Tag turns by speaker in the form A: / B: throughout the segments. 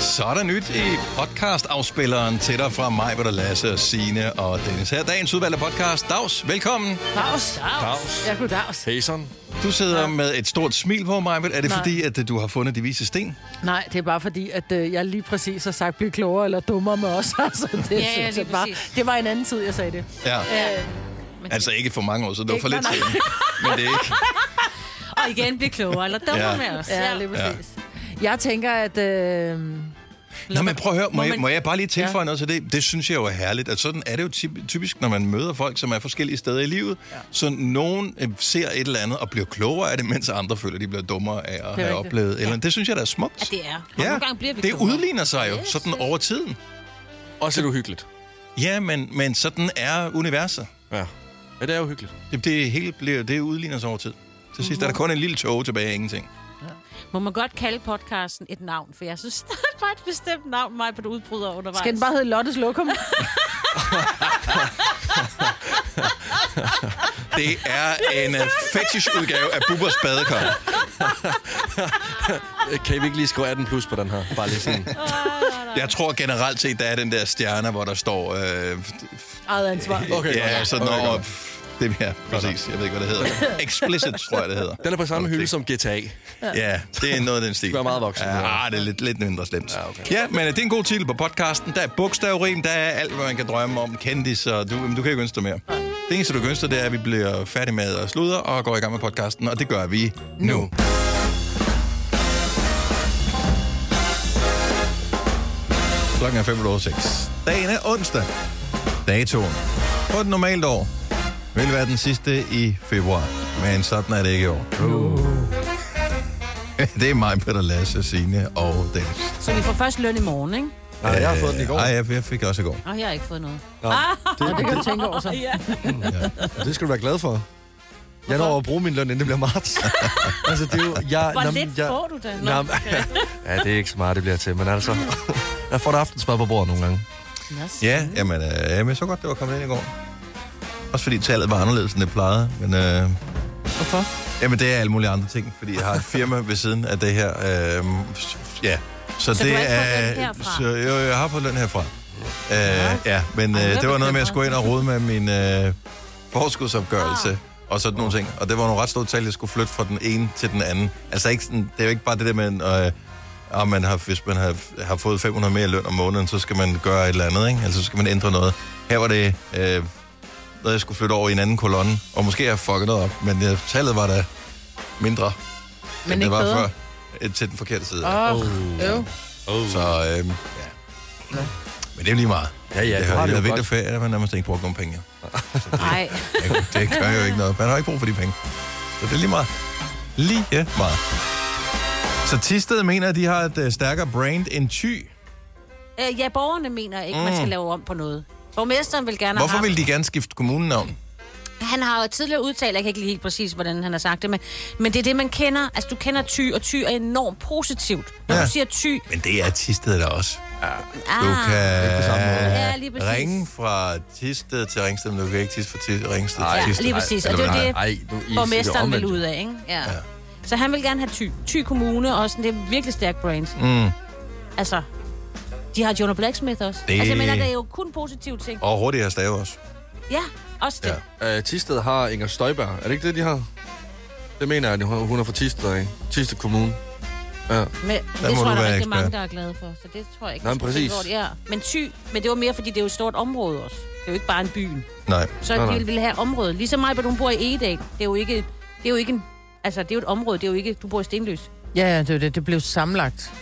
A: Så er der nyt i podcastafspilleren til dig fra mig, hvor der Lasse og Signe og Dennis. Her er dagens udvalgte podcast. Dags, velkommen.
B: Dags.
C: Dags.
B: Ja, goddags.
C: Payson.
A: Du sidder ja. med et stort smil på mig. Er det Nej.
B: Nej.
A: fordi, at øh, du har fundet de vise sten?
B: Nej, det er bare fordi, at øh, jeg lige præcis har sagt, bliv klogere eller dummere med os. Altså, det,
D: ja,
B: synes
D: lige
B: jeg bare,
D: præcis.
B: det var en anden tid, jeg sagde det.
A: Ja.
B: Øh,
A: Altså ikke for mange år siden. Det var for
B: Ikke
A: lidt
B: for
A: siden. Men det er ikke.
D: Og igen blive klogere, eller dummer
A: Ja.
D: ja. med os.
B: ja, lige præcis. Ja. Jeg tænker, at... Øh,
A: Nå, men prøv at høre, må,
B: Må
A: jeg,
B: man-
A: må jeg bare lige tilføje ja. noget til det? Det synes jeg jo er herligt. Altså, sådan er det jo typ- typisk, når man møder folk, som er forskellige steder i livet. Ja. Så nogen øh, ser et eller andet og bliver klogere af det, mens andre føler, de bliver dummere af at have
B: rigtigt.
A: oplevet. et Eller, andet. Det synes jeg, der er smukt.
D: At det er. Og nogle gange bliver vi
A: det
D: klogere.
A: udligner sig jo sådan over tiden.
C: Også lidt uhyggeligt.
A: Ja, men, men sådan er universet.
C: Ja. Ja, det er uhyggeligt.
A: Det, det hele bliver, det udligner sig over tid. Til sidst er der kun en lille tog tilbage af ingenting.
D: Må man godt kalde podcasten et navn? For jeg synes, der er bare et bestemt navn, mig på det udbryder undervejs.
B: skal den bare hedde Lottes Lokum?
A: Det er en øh, fetish-udgave af Bubbers badekar.
C: Øh, Kan vi ikke lige skrive 18 plus på den her? Bare lige sådan.
A: Jeg tror generelt set, der er den der stjerne, hvor der står... Øh,
B: Eget ansvar.
C: Okay,
A: ja,
C: godt.
A: sådan
C: Okay,
A: over...
C: godt.
A: Det ja, præcis. Jeg ved ikke, hvad det hedder. Explicit, tror jeg, det hedder.
C: Den er på samme
A: Okay.
C: hylde som GTA.
A: Ja, det er noget af den stil.
C: være meget voksen,
A: Ja,
C: ja.
A: ah, det er lidt, lidt mindre slemt. Ja,
C: Ja,
A: okay.
C: okay.
A: ja, men øh, det er en god titel på podcasten. Der er bogstavrim, der er alt, hvad man kan drømme om. Kendis, og du, jamen, du kan ikke ønske dig mere. Det eneste, du kan ønske dig, det er, at vi bliver færdige med at sludre og går i gang med podcasten, og det gør vi nu. nu. Klokken er 5.06. Dagen er onsdag. Datoen på et normalt år vil være den sidste i februar. Men sådan er det ikke i år. Det er mig, Peter Lasse, Signe og Dennis.
D: Så vi får først løn i morgen, ikke?
C: Nej, jeg har fået den i går.
A: Øh, Ej, jeg, jeg fik også i går.
D: Og jeg har ikke fået noget. Ah!
B: Ja, det kan du tænke over så.
D: Ja.
C: Og det skal du være glad for. Jeg når at bruge min løn, inden det bliver marts. altså, det er jo... Jeg,
D: Hvor
C: nå, men
D: lidt
C: jeg,
D: får du da? Nå,
C: Nå, men- ja, det er ikke så meget, det bliver til, men altså... Jeg får da aftensmad på bordet nogle gange.
D: Nå, så-
A: Ja, jamen, øh, jamen, jeg så godt, det var kommet ind i går. Også fordi tallet var anderledes, end det plejede. Men, øh,
C: Hvorfor?
A: jamen, det er alle mulige andre ting, fordi jeg har et firma ved siden af det her. Øh, ja, så,
D: Så
A: det
D: du har
A: er...
D: ikke fået løn herfra?
A: så, jo, jeg har fået løn herfra. Øh, ja, men
D: Ej,
A: øh,
D: hvor
A: det var noget med, at jeg
D: bekymret.
A: skulle ind og rode med min øh, forskudsopgørelse. og sådan nogle ting. Og det var nogle ret store tal, jeg skulle flytte fra den ene til den anden. Altså ikke sådan, det er jo ikke bare det der med, øh, om man har, hvis man har, har fået 500 mere i løn om måneden, så skal man gøre et eller andet, ikke? Altså så skal man ændre noget. Her var det øh, noget, jeg skulle flytte over i en anden kolonne, og måske har jeg fucket noget op, men øh, tallet var da mindre,
B: Men
A: end det
B: ikke
A: var
B: bedre.
A: før øh, til den forkerte side.
B: Åh, oh, øv.
A: Så øh, ja. Men det er jo lige meget.
C: Ja, ja,
A: det
C: du har
A: har
C: det
A: jo
C: jo
A: været
C: godt.
A: vinterferie, og man nærmest ikke brugt nogen penge. jo.
D: Nej.
A: Det, det gør jo ikke noget. Man har ikke brug for de penge. Så det er lige meget. Lige meget. Så Tisted mener, at de har et øh, stærkere brand end Thy.
D: Øh, ja, borgerne mener ikke, man skal lave om på noget. Borgmesteren vil gerne
A: Mm. Hvorfor
D: have...
A: vil de gerne skifte kommunenavn?
D: Han har jo tidligere udtalt, jeg kan ikke lige helt præcis, hvordan han har sagt det, men, men det er det, man kender. Altså, du kender ty, og ty er enormt positivt. Når
A: Ja.
D: ja. du siger ty,
A: Men det er Tisted der også.
D: ah,
A: Du kan
C: på samme måde.
D: Ja, lige præcis.
A: ringe fra Tisted til Ringsted, men du kan ikke tisse fra Tisted, Ringsted
C: Ej,
A: til
D: ja,
A: Tisted.
D: lige præcis. Og
A: Eller
D: det er
A: hvad?
D: jo det,
C: Ej, nu I
D: borgmesteren
C: siger
D: vil
C: det
D: ud
C: omvendt.
D: af, ikke? Ja. ja. Så han vil gerne have ty. Ty Kommune og sådan, det er virkelig stærkt brand.
A: Mm.
D: Altså, de har Jonah Blacksmith også.
A: Det-
D: Det... Altså, jeg mener, det er jo kun positive ting.
A: Og hurtigere stave også.
D: Ja, også det.
A: Ja.
D: Ja.
C: Øh, Tisted har Inger Støjberg. Er det ikke det, de har? Det mener jeg, at hun hun er fra Tisted, ikke? Tisted Kommune.
D: Men
A: Der
D: det
A: må du
D: tror jeg, der
A: være
D: er rigtig
A: ekspert.
D: mange, der er glade for. Så det tror jeg ikke.
C: Nej,
D: er så
C: præcis.
D: stort. Ja. Men ty, men det var mere, fordi det er jo et stort område også. Det er jo ikke bare en by.
A: Nej.
D: Så
C: Nej,
D: nej,
C: nej.
D: de ville have området. Ligesom mig, hvor du bor i Egedal. Det er jo ikke, det er jo ikke en, Altså, det er jo et område, det er jo ikke, du bor i Stenløs.
B: Ja, ja, det, var det, det blev sammenlagt.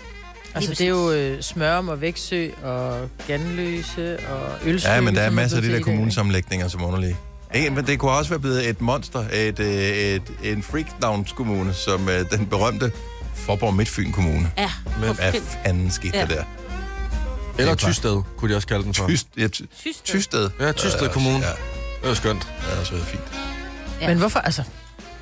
B: Altså,
D: Lige
B: det er jo øh, Smørum og Vægtsø og Ganløse og Ølsø.
A: Ja, men der er
B: som
A: masser af de der
B: blevet ligesom til i dag,
A: kommunesammenlægninger, som er underlige. Ja. Men det kunne også være blevet et monster, et, øh, et, en freakdown-kommune, som øh, den berømte Forborg Midtfyn Kommune.
D: Ja,
A: Men
D: men,
A: hvad fanden skete ja.
D: Ja.
A: der der?
C: Eller
A: Det er
C: Tysted, kunne de også kalde den for.
A: Tyst, ja, ty,
D: Tysted.
A: Tysted.
C: Ja, Tysted
A: også-
C: Kommune.
A: Ja,
C: Det er skønt.
A: det er også været fint.
B: ikke? Men hvorfor, altså?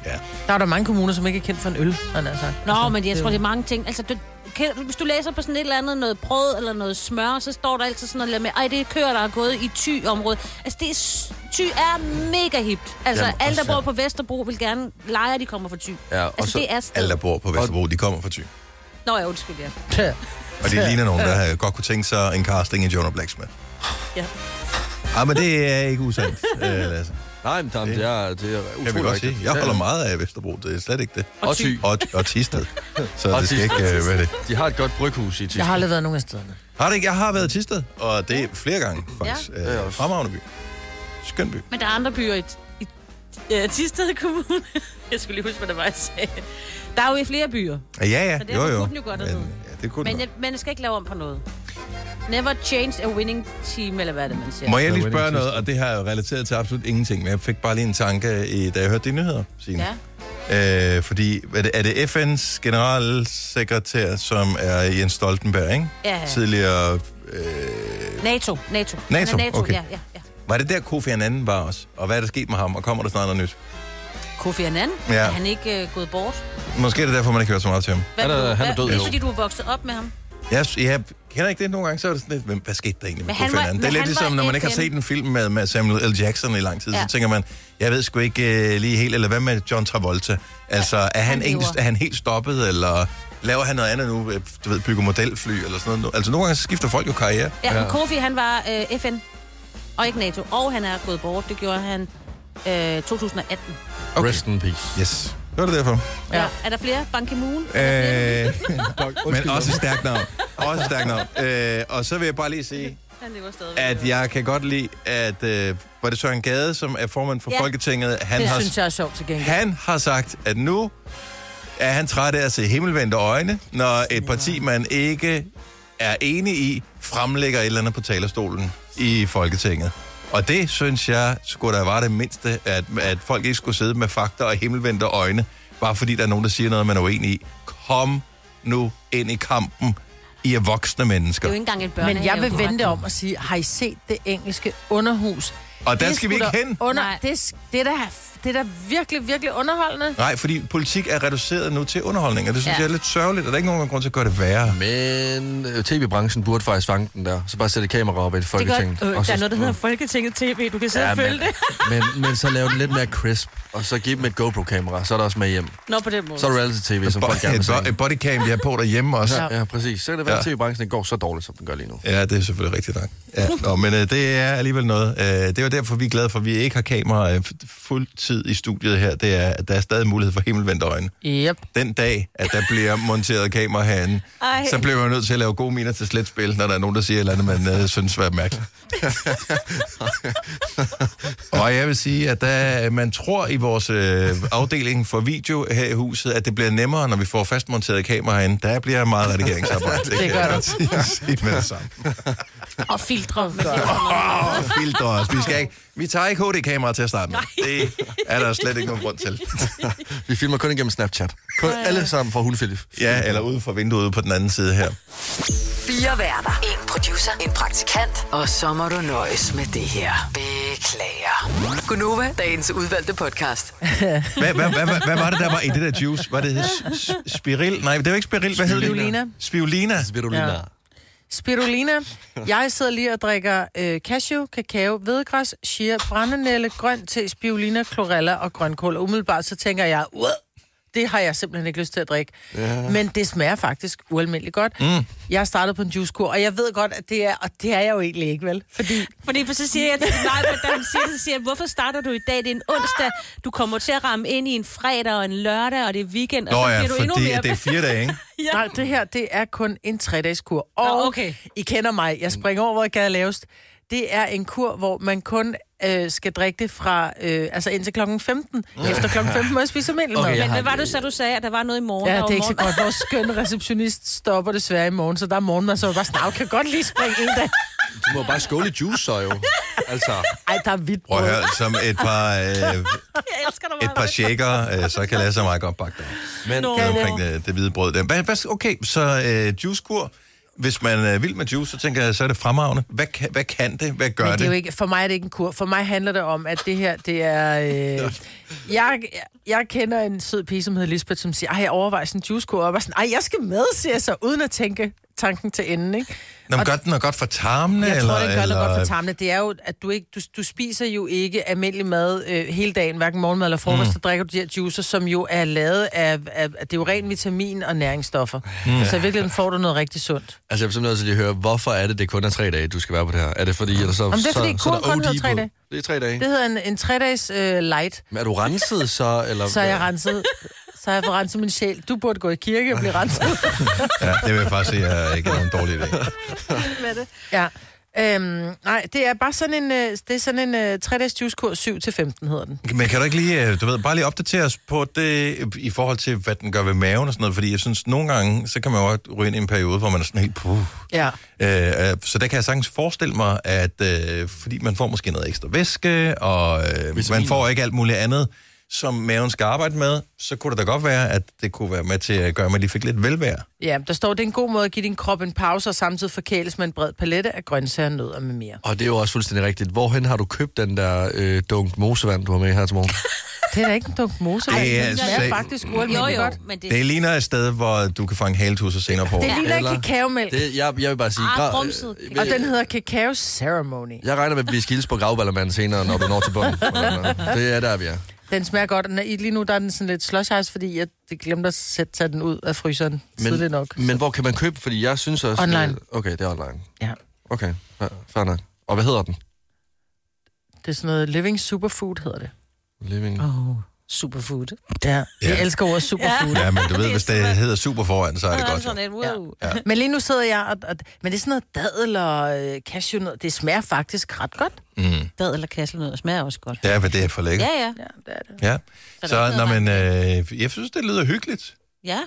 A: Ja.
B: Der er der mange kommuner, som ikke er kendt for en øl, han har sagt.
D: Nå,
B: altså,
D: men jeg tror, det
B: jo-
D: er mange ting. Altså, du, kan, hvis du læser på sådan et eller andet noget brød eller noget smør, så står der altid sådan noget med, ej, det er køer, der er gået i ty-området. Altså, det er, s- ty er mega hipt. Altså,
C: Jamen,
D: Jamen, alle, der
C: også-
D: bor på Vesterbro, vil gerne lege, at de kommer fra ty.
C: Ja, og
D: altså,
C: så-
D: det er sted.
A: Alle, der bor på Vesterbro, de kommer fra Thy.
D: Nå, ja, undskyld, ja.
B: Ja.
A: Og de ligner nogen, der øh, godt kunne tænke sig en casting af Jonah Blacksmith.
D: Ja.
A: Ej, men det er ikke usandt, øh, Lasse.
C: Nej, men der, det er, det er utroligt.
A: Kan vi godt sige.
C: rigtigt.
A: Jeg holder meget af Vesterbro, det er slet ikke det.
C: Og ty.
A: Og, og Tisted. Så det skal
C: Tisted.
A: ikke øh, være det.
C: De har et godt bryghus i
B: Jeg
C: Tyskland.
B: har aldrig været nogen af stederne.
A: Har det ikke? Jeg har været i Tisted, og det er flere gange, faktisk.
C: er
A: Ja. Øh,
C: også-
A: fremragende by. Skøn by.
D: Men der er andre byer i, i øh, Tisted Kommune. jeg skulle lige huske, hvad det var, jeg sagde. Der er jo i flere byer.
A: Ja, ja.
D: Så
A: jo,
D: derfor
A: jo.
D: kunne den jo godt have
A: men,
D: heddet.
A: ja, det kunne den
D: Men jeg,
A: godt.
D: man skal ikke lave om på noget. Never change a winning team, eller hvad er det, man siger.
A: Må jeg lige
C: Winning
A: spørge noget,
C: Tisted.
A: og det har jeg jo relateret til absolut ingenting, men jeg fik bare lige en tanke, i, da jeg hørte de nyheder, Signe.
D: Ja.
A: Øh, fordi er det, er det FN's generalsekretær, som er Jens Stoltenberg, ikke?
D: Ja, ja.
A: Tidligere... Øh,
D: NATO. NATO. Han er
A: NATO,
D: NATO.
A: okay.
D: Ja, ja, ja.
A: var det der Kofi Annan var også? Og hvad er der sket med ham? Og kommer der snart noget nyt?
D: Kofi Annan,
A: Ja.
D: er han ikke øh, gået bort?
A: Måske er det derfor, man ikke hører så meget til ham.
D: Hvad,
C: Han er-
D: blev-
C: han er
D: hvad-
C: død,
D: Det
C: jo.
D: er fordi, du er vokset op med ham.
A: Jeg, jeg kender ikke det nogle gange, så er det sådan lidt, men hvad skete der egentlig med
D: Men han
A: Kofi
D: var-
A: Annan? Det er
D: men
A: lidt
D: han
A: ligesom,
D: var
A: når man ikke har
D: FN.
A: set en film med, med Samuel L. Jackson i lang tid, ja.
D: Ja.
A: så tænker man, jeg ved sgu ikke øh, lige helt, eller hvad med John Travolta? Altså, er, han
D: han
A: han egentlig,
D: lever.
A: er han helt stoppet, eller laver han noget andet nu? Øh, Du ved, bygger modelfly eller sådan noget. Altså, nogle gange så skifter folk jo karriere.
D: Ja, ja. Kofi, han var øh, FN, og ikke NATO. Og han er gået bort. Det gjorde han øh, 2018.
A: Okay.
C: Rest in peace.
A: Yes. Det var det derfor.
D: Ja. Er der flere? Ban Ki-moon?
A: Øh, men
C: Undskyld,
A: også et stærkt navn. Også et stærkt navn. Øh, og så vil jeg bare lige sige,
D: Han lever stadigvæk.
A: at jeg kan godt lide, at øh, var det Søren Gade, som er formand for ja.
D: Ja.
A: Folketinget, han
B: Det
A: har
B: synes jeg er sjovt til gengæld.
A: Han har sagt, at nu er han træt af at se himmelvendte øjne, når et parti, man ikke er enig i, fremlægger et eller andet på talerstolen i Folketinget. Og det, synes jeg, skulle da var det mindste, at, at folk ikke skulle sidde med fakta og himmelvendte øjne, bare fordi der er nogen, der siger noget, man er uenig i. Kom nu ind i kampen. I er voksne
D: Det
A: mennesker.
D: er jo ikke engang en børnehave.
B: Men jeg vil
D: du har
B: vente
D: ret.
B: om og sige, har I set det engelske underhus?
A: Og der
B: Det
A: skal vi
B: skulle
A: ikke
B: da
A: hen.
B: Under,
D: Nej.
B: det, er s- det, er da, det er da virkelig, virkelig underholdende.
A: Nej, fordi politik er reduceret nu til underholdning, og det synes ja.
D: Ja.
A: jeg er lidt sørgeligt, og der er ikke nogen grund til at gøre det værre.
C: Men øh, tv-branchen burde faktisk fange den der. Så bare sætte et kamera op i et
D: Det er
C: folketing.
D: godt. Øh, der er noget, der hedder Folketinget TV. Du kan sidde
C: Ja,
D: og følge
C: men,
D: det.
C: men, men så lave den lidt mere crisp, og så give dem et GoPro-kamera, så er der også med hjem.
D: Nå, på den måde.
C: Så er det reality-tv, som folk gerne vil
A: Et, bo-
C: se.
A: et bodycam, vi har på derhjemme også. Ja.
C: Ja, præcis. Så kan det være, at
A: Ja.
C: tv-branchen går så dårligt, som den gør lige nu.
A: Ja, det er selvfølgelig rigtigt nok. Ja, nå, men øh, det er alligevel noget. Øh, det er jo derfor, vi er glade for, at vi ikke har kamera øh, f- fuld tid i studiet her. Det er, at der er stadig mulighed for himmelvendte øjne.
B: Yep.
A: Den dag, at der bliver monteret kamera herinde, Ej.
D: Ej.
A: så bliver man nødt til at lave gode miner til slet spil, når der er nogen, der siger et eller andet, man øh, synes er mærkeligt. Og jeg vil sige, at der, man tror i vores øh, afdeling for video her i huset, at det bliver nemmere, når vi får fastmonteret kamera herinde. Der bliver meget redigeringsarbejde. Det, kan
B: gør
A: jeg
B: der.
A: godt sige- sige med det samme.
D: Og filtre. Men det er
A: Åh, oh, filtre os. Vi, skal ikke, vi tager ikke HD-kamera til at starte med. Det er der slet ikke nogen grund til.
C: Vi filmer kun igennem Snapchat. Kun alle sammen fra Hulfilip.
A: Ja, eller ude for vinduet ude på den anden side her.
E: Fire værter. En producer. En praktikant. Og så må du nøjes med det her. Beklager. Gunova, dagens udvalgte podcast.
A: Hvad, hvad, hvad, hvad, hvad var det, der var i det der juice? Var det s- s- spiril? Nej, det var ikke spiril. Hvad hed det?
B: Spirulina.
A: Spirulina.
C: Spirulina.
B: Ja. Spirulina. Jeg sidder lige og drikker øh, cashew, kakao, hvedegræs, chia, brændenælle, grøn te, spirulina, chlorella og grønkål. Og umiddelbart så tænker jeg, "Uah, det har jeg simpelthen ikke lyst til at drikke. Ja. Men det smager faktisk ualmindeligt godt. Mm. Jeg har startet på en juicekur, og jeg ved godt, at det er, og det er jeg jo egentlig ikke, vel? Fordi
D: Fordi for så siger jeg til nej, men da hun siger det, så siger jeg, hvorfor starter du i dag? Det er en onsdag. Du kommer til at ramme ind i en fredag og en lørdag, og det er weekend, og
C: Altså,
A: Nå
D: så
A: ja,
D: bliver du endnu
A: fordi
D: mere...
A: at det er fire dage, ikke?
D: Ja.
B: Nej, det her, det er kun en tredagskur. Og
D: Nå, okay.
B: I kender mig. Jeg springer over, hvor jeg er lavest. Det er en kur, hvor man kun øh, skal drikke det fra, øh, altså indtil klokken 15. Efter klokken 15 må jeg spise almindelig
C: Okay,
B: mad.
C: jeg
D: Men
C: har-
D: hvad var det så, du sagde, at der var noget i morgen?
B: Ja,
D: og
B: det er ikke så
D: morgen-
B: godt. Vores skønne receptionist stopper desværre i morgen, så der er morgenmad, så jeg bare snart kan godt lige springe en dag.
C: Du må bare skåle i juice, så jo. Altså,
B: Ej, der er hvidt
A: Prøv
B: brød.
A: at høre, som et par, øh,
D: Jeg elsker dig
A: et
D: meget.
A: par shaker, øh, så kan Lasse og mig godt bakke dig.
C: men...
A: Det er omkring øh, det, det hvide brød. Der. Hvad, hvad, okay, så øh, juicekur. Hvis man er vild med juice, så tænker jeg, så er det fremragende. Hvad kan, hvad kan det? Hvad gør
B: Men det er jo
A: det?
B: ikke, for mig er det ikke en kur. For mig handler det om, at det her, det er... Øh, jeg, jeg kender en sød pige, som hedder Lisbeth, som siger, ej, jeg overvejer sådan en juicekur. Og jeg var sådan, ej, jeg skal med, siger jeg så, uden at tænke, tanken til enden, ikke?
A: Nå, men gør den noget godt for tarmene?
B: Jeg
A: eller,
B: tror, det gør
A: eller...
B: noget godt for tarmene. Det er jo, at du, ikke, du, du spiser jo ikke almindelig mad øh, hele dagen, hverken morgenmad eller frokost, mm.
A: Mm.
B: så drikker du de her juicer, som jo er lavet af, af det er jo ren vitamin og næringsstoffer. Mm.
C: Mm.
B: Så i virkeligheden får du noget rigtig sundt.
C: Altså, jeg er simpelthen nødt til lige at høre, hvorfor er det, det kun er tre dage, du skal være på det her? Er det fordi, at der så,
B: Jamen, det er
C: så,
B: fordi,
C: så er der
B: kun- kun
C: OD
B: hedder tre
C: på?
B: dage.
C: Det er tre dage.
B: Det hedder en, en tre-dages øh, light,
C: Men er du renset så? Eller...
B: så er jeg renset. Så har jeg fået renset min sjæl. Du burde gå i kirke og blive renset.
A: Ja, det vil jeg faktisk sige, er ikke nogen dårlig idé.
B: med det. Ja. Øhm, nej, det er bare sådan en, øh, det er sådan en øh, 3-dages juicekurs 7-15 hedder den.
A: Men kan du ikke lige, øh, du ved, bare lige opdatere os på det øh, i forhold til, hvad den gør ved maven og sådan noget? Fordi jeg synes, nogle gange, så kan man jo også ryge ind i en periode, hvor man er sådan helt puh.
B: Ja.
A: Øh, øh, så der kan jeg sagtens forestille mig, at øh, fordi man får måske noget ekstra væske, og øh, man får ikke alt muligt andet, som maven skal arbejde med, så kunne det da godt være, at det kunne være med til at gøre, at man lige fik lidt velvære.
B: Ja, der står, det er en god måde at give din krop en pause og samtidig forkæles med en bred palette af grøntsager, nødder med mere.
C: Og det er jo også fuldstændig rigtigt. Hvorhen har du købt den der øh, dunk mosevand, du har med her til morgen?
B: Det er da ikke en dunk mose.
A: Ej,
B: det
A: altså,
B: smager
A: sag-
B: faktisk
D: Jo,
B: ualmindeligt
D: jo,
B: godt.
D: men det,
A: Det ligner et sted, hvor du kan fange haletusser senere på.
B: Det
A: året.
B: ligner
C: Eller-
B: ikke kakaomælk,
C: Det, jeg, jeg vil bare sige...
D: Ah,
C: gra-
D: grumset.
C: øh,
B: og den hedder Cacao Ceremony.
C: Jeg regner med, at vi skildes på gravballermanden senere, når du når til bunden. Det er der, vi er.
B: Den smager godt. Den er, lige nu der er den sådan lidt slush ice, fordi jeg det glemte at sætte, tage den ud af fryseren men, tidligt nok.
C: men hvor kan man købe? Fordi jeg synes også...
B: Online.
C: Øh, Okay, det er online.
B: Ja.
C: Okay, fa- fair nok. Og hvad hedder den?
B: Det er sådan noget Living Superfood, hedder det.
C: Living.
D: Oh, superfood.
B: Ja, vi
A: Ja.
B: elsker ordet superfood.
A: Ja, men du ved, hvis det hedder super foran, så er det godt. jo.
D: Sådan, wow.
B: Ja. Men lige nu sidder jeg, og, og, men det er sådan noget dadel og øh, cashewnød. Det smager faktisk ret godt.
A: Mm.
D: Dad eller kasselnød smager også godt.
A: Det er, hvad det er for lækkert.
D: Ja, ja.
B: Ja, det er det.
A: Ja,
D: Så
A: så,
D: der er
A: så
D: ikke
A: når
D: noget
A: man, øh, jeg synes, det lyder hyggeligt.
D: Ja,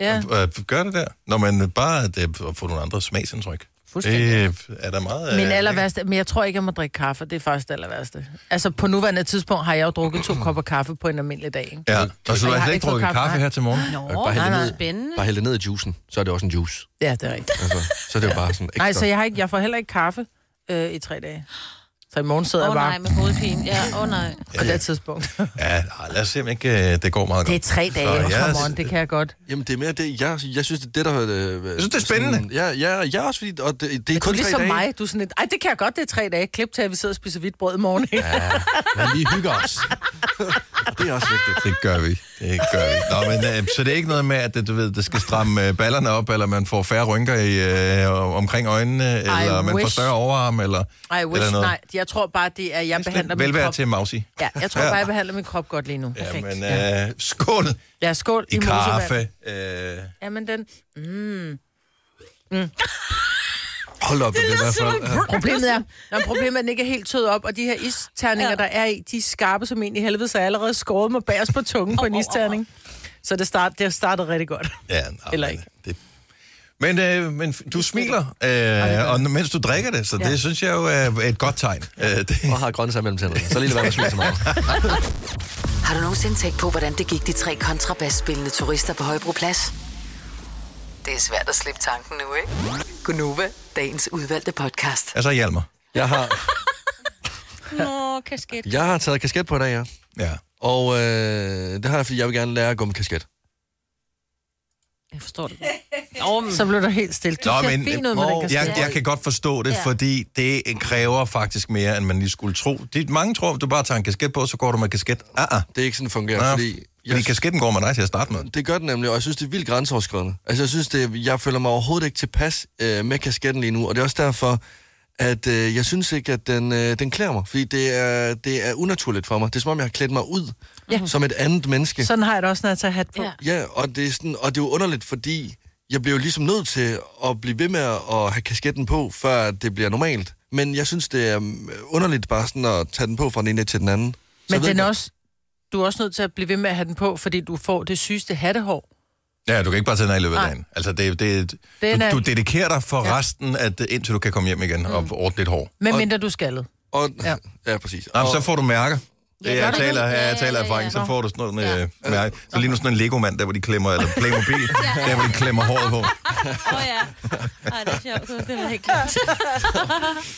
B: Ja.
A: Øh, gør det der. Når man bare det, at få nogle andre smagsindtryk.
D: fuldstændig.
A: Det er der meget...
B: Min
A: øh,
B: aller værste, men jeg tror ikke, jeg må drikke kaffe. Det er faktisk det aller værste. Altså, på nuværende tidspunkt har jeg jo drukket to kopper kaffe på en almindelig dag, ikke?
A: Ja, og så
B: Og
A: du
B: jeg
A: har
B: har
A: slet
B: ikke
A: ikke drukket
B: fået kaffe,
A: kaffe
B: nej.
A: her til morgen?
D: Nå,
C: bare hælde
B: nej,
C: ned.
D: spændende.
C: Bare hælde ned i juicen, så er det også en juice.
B: Ja, det er rigtigt.
C: Altså, så er det jo bare sådan ekstra.
B: Nej, så jeg, har ikke, jeg får heller ikke kaffe øh, i tre dage. Så i morgen sidder
D: Åh oh,
B: jeg bare
D: nej, med hovedpine. Ja, åh oh, nej.
B: på det tidspunkt.
A: Ja, nej, lad os se, om ikke øh, det går meget
B: Det
A: godt.
B: er tre dage,
A: Så, ja,
B: come on, det kan jeg godt.
C: Jamen, det er mere det, jeg, jeg synes, det er det, der... Øh, jeg
A: synes, det er spændende.
C: Sådan, ja, ja, jeg også, fordi... Og det, det er
B: Du er
C: kun tre
B: ligesom
C: dage.
B: mig, du er sådan lidt, ej, det kan jeg godt, det er tre dage. Klip til, at vi sidder og spiser hvidt brød i morgen, ikke?
C: Ja, men vi hygger os. det er også vigtigt.
A: Det gør vi. Det gør vi. Nå, men, øh, så det er ikke noget med, at øh, du ved, det skal stramme øh, ballerne op, eller man får færre rynker i, øh, omkring øjnene, eller man får
B: wish.
A: større overarm, eller,
B: Ej,
A: eller
B: wish, nej. Jeg tror bare, det er, jeg behandler min
A: Velvære
B: krop.
A: til Mausi.
B: Ja, jeg tror bare, jeg behandler min krop godt lige nu.
A: Ja,
B: Perfekt.
A: men øh, skål
B: Ja, skål i,
A: i
B: mosevand.
A: kaffe. Øh,
B: Jamen, den. Mm.
C: Hold op, det, det er i hvert fald...
B: Problemet er, når problemet er, at den ikke er helt tød op, og de her isterninger, ja.
D: Ja.
B: der er i, de er skarpe som en i helvede, så jeg allerede skåret mig bagerst på tungen på en isterning. Så det, start, det har startet rigtig godt.
A: Ja, nej,
B: Eller
A: men
B: ikke.
A: Det. Men, øh, men du smiler, øh, og mens du drikker det, så det
B: Ja.
A: synes jeg jo er et godt tegn. Øh, det,
C: Og har grøntsager mellem tænderne. Så lige lad være med at spise så meget.
E: Har du nogensinde tænkt på, hvordan det gik de tre kontrabasspillende turister på Højbroplads? Det er svært at slippe tanken nu, ikke? Gunova, dagens udvalgte podcast.
A: altså Hjalmar.
C: Jeg har,
D: Nå, kasket.
C: jeg har taget kasket på i dag, ja.
A: Ja.
C: Og øh, det har jeg, fordi jeg vil gerne lære at gå med kasket.
D: Jeg forstår det. Oh, men,
B: Så blev der helt stille. Du Nå, ser men, fin ud med den kasket.
A: jeg, jeg kan godt forstå det,
D: Ja.
A: ja. fordi det kræver faktisk mere, end man lige skulle tro. Det, mange tror, du bare tager en kasket på, så går du med kasket. Ah, ah.
C: Det er ikke sådan, det fungerer,
A: Ja,
C: fordi...
A: Jeg... Fordi kasketten går med dig til at starte med.
C: Det gør den nemlig, og jeg synes, det er vildt grænseoverskridende. Altså, jeg synes, det, jeg føler mig overhovedet ikke tilpas øh, med kasketten lige nu, og det er også derfor, at øh, jeg synes ikke, at den, øh, den klæder mig, fordi det er, det er unaturligt for mig. Det er som om, jeg har klædt mig ud ja. som et andet menneske. Så...
B: Sådan har jeg det også, når jeg tager hat på.
D: Ja.
B: Ja.
C: Ja, og det, er sådan, og det er jo underligt, fordi jeg bliver jo ligesom nødt til at blive ved med at have kasketten på, før det bliver normalt. Men jeg synes, det er øhm, underligt bare sådan at tage den på fra den ene dag til den anden. Så jeg
B: Men
C: ved
B: den er
C: ikke-
B: også, du er også nødt til at blive ved med at have den på, fordi du får det sygeste hattehår.
A: Ja, du kan ikke bare tage den af i løbet af
B: Nej.
A: dagen. Altså, det, det,
B: Den er- Mm.
A: du, du dedikerer dig for ja. resten, at, indtil du kan komme hjem igen og ordne dit hår.
B: Medmindre du er skaldet.
C: Og,
B: Ja.
C: ja. ja, præcis.
A: Jamen,
C: Og-
A: så får du mærker. Det er, jeg
D: gør du
A: taler,
D: det?
A: her,
D: Ja,
A: jeg
D: ja,
A: taler
D: ja,
A: erfaring,
D: ja.
A: så får du sådan noget,
D: Ja.
A: ja. mærke. Så lige nu sådan en Lego-mand, der hvor de klemmer, eller Playmobil, der hvor de klemmer håret på.
D: Åh oh, ja. Ej, det er sjovt. Det er helt klart.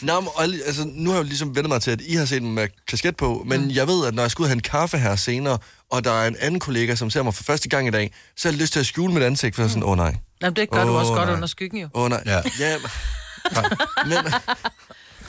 C: Nå, men, og li- altså, nu har jeg jo ligesom vendt mig til, at I har set mig med kasket på, men mm. jeg ved, at når jeg skal ud og have en kaffe her senere, og der er en anden kollega, som ser mig for første gang i dag, så har jeg lyst til at skjule mit ansigt, for jeg er sådan, åh oh, nej,
B: Jamen, Mm. det gør oh, du
C: Åh,
B: også godt
C: nej.
B: under skyggen, jo.
C: åh oh, nej.
A: Ja.
C: ja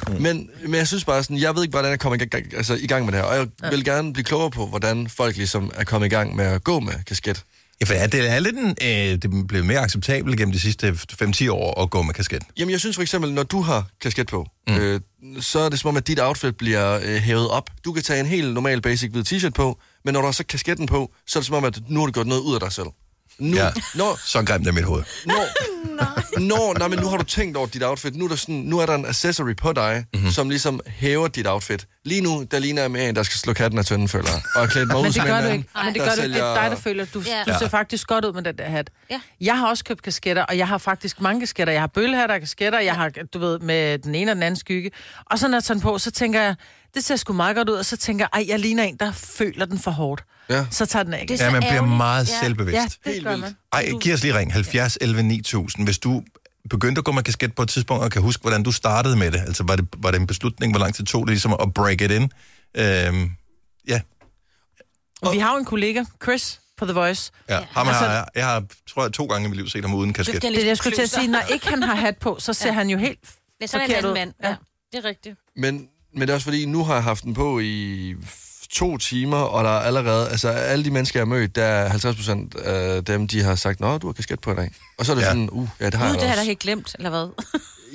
C: men, men, men jeg synes bare sådan, jeg ved ikke, hvordan jeg kommer i gang, altså, i gang med det her, og jeg ja. vil gerne blive klogere på, hvordan folk ligesom er kommet i gang med at gå med kasket.
A: Ja, for ja, det er lidt en, øh, det er blevet mere acceptabelt gennem de sidste 5-10 år at gå med kasket.
C: Jamen, jeg synes for eksempel, når du har kasket på, mm. øh, så er det som om, at dit outfit bliver øh, hævet op. Du kan tage en helt normal basic hvid t-shirt på, men når du har så kasketten på, så er det som om, at nu har du gjort noget ud af dig selv. Nu,
A: Ja.
C: ja. når,
A: Så grimt er mit hoved.
C: når, når, nej, men nu har du tænkt over dit outfit. Nu er der, sådan, nu er der en accessory på dig,
A: Mhm.
C: mm-hmm. som ligesom hæver dit outfit. Lige nu, der ligner jeg mere en, der skal slå katten af tønden, føler jeg. Og er klædt mig ud
B: Men det
C: som en
B: gør du
C: anden,
B: ikke. Men det
C: der
B: gør du ikke. Det er
C: sælger-
B: dig, der føler, du,
D: Ja.
B: du ser faktisk godt ud med den der hat.
D: Ja.
B: Jeg har også købt kasketter, og jeg har faktisk mange kasketter. Jeg har bøllehatter og kasketter, jeg har, du ved, med den ene og den anden skygge. Og så når jeg tager den på, så tænker jeg, det ser sgu meget godt ud, og så tænker jeg, ej, jeg ligner en, der føler den for hårdt.
C: Ja.
B: Så tager den af.
D: Det er
B: igen.
D: så
A: Ja, man bliver
D: ærgerligt.
A: meget
D: Ja.
B: Ja,
A: selvbevidst.
B: det
C: Helt
B: gør
C: vildt.
B: man.
A: Ej, giv os lige ring. 70 11 9000. Hvis du begyndte at gå med kasket på et tidspunkt, og kan huske, hvordan du startede med det. Altså, var det, var det en beslutning? Hvor lang tid tog det ligesom at break it in? Øhm, ja.
B: Og vi har jo en kollega, Chris, på The Voice.
A: ja. Ham altså, har jeg, jeg har, tror jeg, to gange i mit liv set ham uden kasket.
B: Det er det, jeg skulle til at sige. Når ikke han har hat på, så ser ja. han jo helt
D: Men så er det en
B: forkert
D: anden
B: ud.
D: mand. Ja. Det er rigtigt.
C: Men, men det er også fordi, nu har jeg haft den på i f- to timer, og der er allerede, altså alle de mennesker, jeg har mødt, der er 50 procent af dem, de har sagt, nå, du har kasket på i dag. Og så er det
A: Ja.
C: ja. sådan, uh, ja, det har
D: Nu
C: jeg
D: det har jeg da
C: også.
D: helt glemt, eller hvad?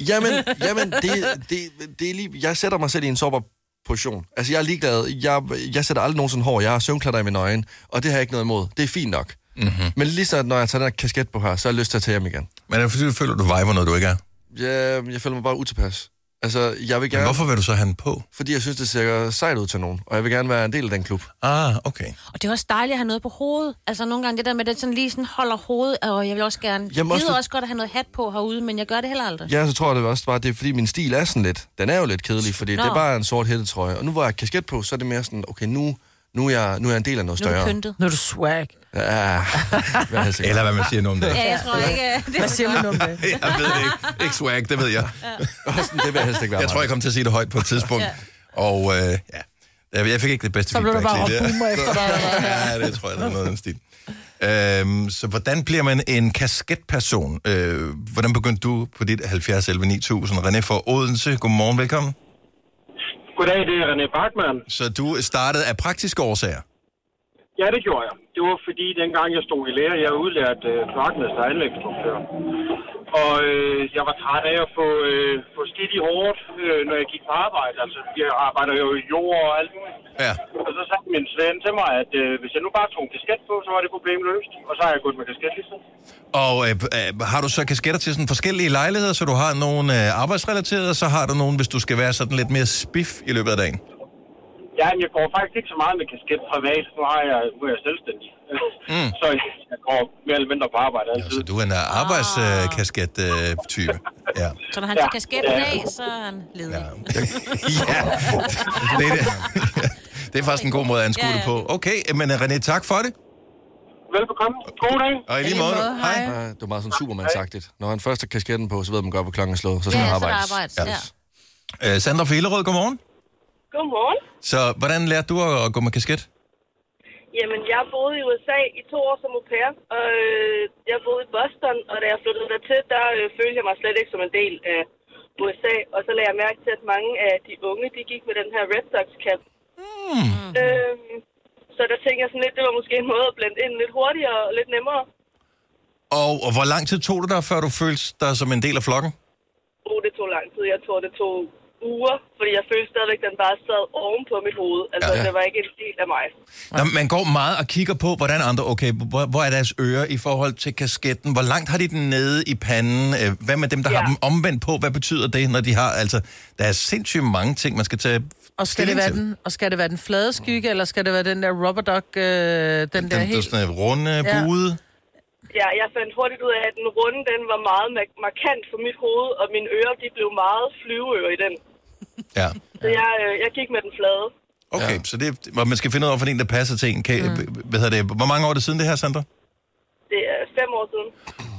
C: Jamen, jamen det, det, det er lige, jeg sætter mig selv i en sårbar position. Altså, jeg er ligeglad. Jeg, jeg sætter aldrig nogensinde hår. Jeg har søvnklatter i mine øjne, og det har jeg ikke noget imod. Det er fint nok.
B: Mhm.
C: Mm-hmm. Men lige så, når jeg tager den her kasket på her, så har jeg lyst til at tage hjem igen.
A: Men er det fordi, du føler, du viber noget, du ikke er?
C: Jeg, jeg føler mig bare utilpas. Altså, jeg vil
A: Men
C: gerne,
A: Hvorfor vil du så have den på?
C: fordi jeg synes, det ser sejt ud til nogen, og jeg vil gerne være en del af den klub.
A: Ah, okay.
D: Og det er også dejligt at have noget på hovedet. Altså nogle gange det der med, at det sådan lige sådan holder hovedet, og jeg vil også gerne... Jeg
C: Jamen, også
D: gider
C: for-
D: også godt at have noget hat på herude, men jeg gør det heller aldrig.
C: Ja, så tror jeg det også bare, det er fordi min stil er sådan lidt, den er jo lidt kedelig, fordi
D: Nå.
C: Nå. det er bare en sort hættetrøje. Og nu hvor jeg har kasket på, så er det mere sådan, okay, nu, nu, er, jeg, nu er jeg en del af noget
D: Nu er
C: større.
D: du pyntet.
B: Nu er du swag.
C: Ja, hvad har jeg sagt?
A: Eller hvad man siger nu om det.
D: Ja, jeg tror ikke... øh, Det
B: Hvad siger man om det?
A: Jeg ved det ikke. Ikke swag, det ved jeg.
C: Sådan, det vil jeg helst ikke være
A: Jeg tror, jeg kom til at sige det højt på et tidspunkt. Og øh, ja, jeg fik ikke det bedste
B: Så blev du bare
A: feedback lige
B: råbt
A: der.
B: boomer efter dig. eller hvad?
A: Ja, det tror jeg, der er noget af den stil. Øhm, så hvordan bliver man en kasketperson? Øh, hvordan begyndte du på dit 70 11 9000? René fra Odense, godmorgen, velkommen.
F: Goddag, det er René Bachmann.
A: Så du startede af praktiske årsager?
F: Ja, det gjorde jeg. Det var fordi, dengang jeg stod i lære, jeg er udlært øh, kloakmester og anlægstruktør. Og øh, jeg var træt af at få, øh, få skidt i hårdt, øh, når jeg gik på arbejde. Altså, jeg arbejder jo i jord og alt muligt.
A: Ja.
F: Og så sagde min svend til mig, at øh, hvis jeg nu bare tog en kasket på, så var det problem løst. Og så har jeg gået med kasket lige siden.
A: Og øh, øh, har du så kasketter til sådan forskellige lejligheder, så du har nogle øh, arbejdsrelaterede, og så har du nogle, hvis du skal være sådan lidt mere spiff i løbet af dagen?
F: Ja, men jeg går faktisk ikke så meget med kasket privat. Nu, har jeg, nu er jeg selvstændig. Mm. så jeg, jeg går mere eller mindre på arbejde
A: Ja,
F: altid.
A: så du er en
D: Ah.
A: arbejdskasket-type. Øh, kasket, øh, type. ja.
D: Så når han tager
F: Ja.
D: kasketten
F: Ja.
D: af, så er han ledig.
A: Ja, det, er det. det er faktisk en god måde at anskue
D: Ja,
A: det
D: ja.
A: på. Okay, men øh, René, tak for det.
F: Velbekomme. God dag.
A: Og i lige
B: lige
A: måde.
B: måde, hej.
A: Hej.
C: Ja, det var meget sådan Superman-sagtigt. Når han først har kasketten på, så ved man godt, hvor klokken er slået. Så skal
D: Ja,
C: man
D: så er
C: arbejde.
D: der arbejde. Ja.
A: Øh, Sandra fra Hillerød, godmorgen.
G: Godmorgen.
A: Så hvordan lærte du at at gå med kasket?
G: Jamen, jeg boede i USA i to år som au pair, og øh, jeg boede i Boston, og da jeg flyttede dertil, der øh, følte jeg mig slet ikke som en del af USA, og så lagde jeg mærke til, at mange af de unge, de gik med den her Red Sox-cap. Mm. Øhm, så der tænkte jeg sådan lidt, det var måske en måde at blande ind lidt hurtigere og lidt nemmere.
A: Og, og hvor lang tid tog det dig, før du følte dig som en del af flokken?
G: Oh, det tog lang tid. Jeg tror, det tog uger, fordi jeg følte stadigvæk, at den bare sad oven på mit hoved. Altså,
A: Ja.
G: ja. det var ikke en del af mig.
A: Nå, man går meget og kigger på, hvordan andre... Okay, hvor, hvor er deres ører i forhold til kasketten? Hvor langt har de den nede i panden? Øh, Hvad med dem, der ja. har
G: Ja.
A: dem omvendt på? Hvad betyder det, når de har... Altså, der er sindssygt mange ting, man skal tage...
B: Og skal, det
A: stilling
B: være
A: til.
B: den, og skal det være den flade skygge, eller skal det være den der rubber duck, øh, den, den der
A: Den, der
B: helt...
A: sådan øh, runde
B: Ja.
A: bude.
G: Ja, jeg fandt hurtigt ud af, at den runde, den var meget mark- markant for mit hoved, og mine ører, de blev meget flyveører i den.
A: Ja.
G: Så jeg, øh, jeg gik med den flade.
A: Okay, ja. så det, og man skal finde ud af, for en, der passer til en. Kan, mm. hvad hedder det, hvor mange år er det siden det her, Sandra?
G: Det er fem år siden.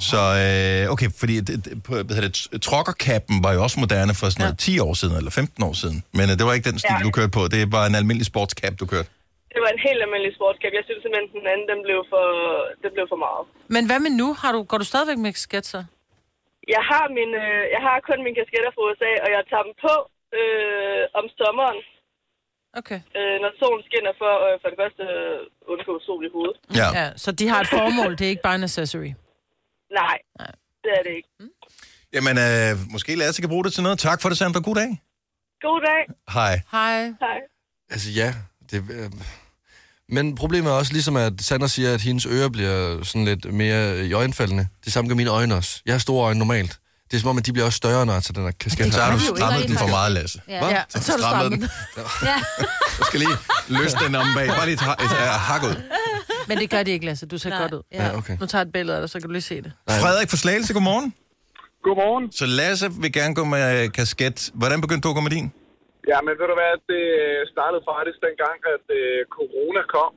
A: Så, øh, okay, fordi det, det, på- hvad hedder det, trokkerkappen var jo også moderne for sådan noget 10 år siden, eller 15 år siden. Men øh, det var ikke den stil,
G: Ja.
A: du kørte på. Det var en almindelig sportscap, du kørte.
G: Det var en helt almindelig sportskab. Jeg synes simpelthen, den anden den blev for, den blev for meget.
B: Men hvad med nu? Har du, går du stadigvæk med kasket så?
G: Jeg har, min, øh, jeg har kun mine kasketter fra USA, og jeg tager dem på øh, om sommeren,
B: Okay.
G: øh, når solen skinner for, øh, for det første øh, undgå sol i hovedet.
A: Ja. ja.
B: Ja, så de har et formål, det er ikke bare en accessory.
G: Nej, Nej. det er det ikke.
A: Jamen, øh, måske Lasse kan bruge det til noget. Tak for det, Sandra. God dag.
G: God dag.
A: Hej.
B: Hej.
G: Hej.
C: Altså ja, det, øh, men problemet er også ligesom, at Sandra siger, at hendes ører bliver sådan lidt mere øh, i øjenfaldende. Det samme gør mine øjne også. Jeg har store øjne normalt. Det er som om, at de bliver også større, når jeg tager den her kasket.
A: Så
C: af.
A: har
D: vi jo
A: du
D: ikke
A: strammet
D: rent
A: den for
D: faktisk.
A: meget, Lasse.
D: Ja.
C: Hvad?
B: Ja, så har du
A: Strammet
B: strammet den.
D: Ja.
A: Jeg skal lige løsne den om bag. Bare lige et, ha- et, et, et hak ud.
B: Men det gør de ikke, Lasse. Du ser
D: Nej.
B: godt ud.
C: Ja, okay.
B: Nu tager jeg et billede af dig, så kan du lige se det.
A: Frederik fra Slagelse, godmorgen.
F: Godmorgen.
A: Så Lasse vil gerne gå med øh, kasket. Hvordan begyndte du at gå med din?
F: Ja, men ved du hvad, det øh, startede faktisk dengang, at øh, corona kom,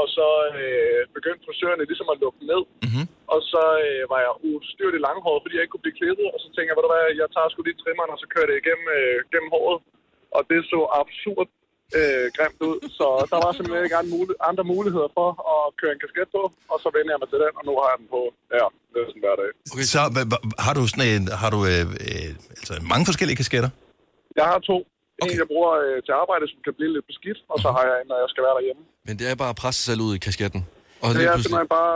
F: og så øh, begyndte frisørerne ligesom at lukke ned. Mm-hmm. Og så øh, var jeg ustyrligt langhåret, fordi jeg ikke kunne blive klippet, og så tænkte jeg, ved du hvad, jeg tager sgu lige trimmeren, og så kører det igennem øh, gennem håret. Og det så absurd øh, grimt ud, så der var simpelthen ikke andre mul- andre muligheder for at køre en kasket på, og så vendte jeg mig til den, og nu har jeg den på ja, næsten hver dag.
A: Okay. Så hva- hva- har du sådan en, har du øh, øh, altså mange forskellige kasketter?
F: Jeg har to. En,
A: Okay.
F: jeg bruger øh, til arbejde, som kan blive lidt beskidt, og så har jeg en, når jeg skal være derhjemme.
C: Men det er bare at presse sig selv ud i kasketten. Og
F: Det
C: lige
F: er
C: pludselig-
F: simpelthen bare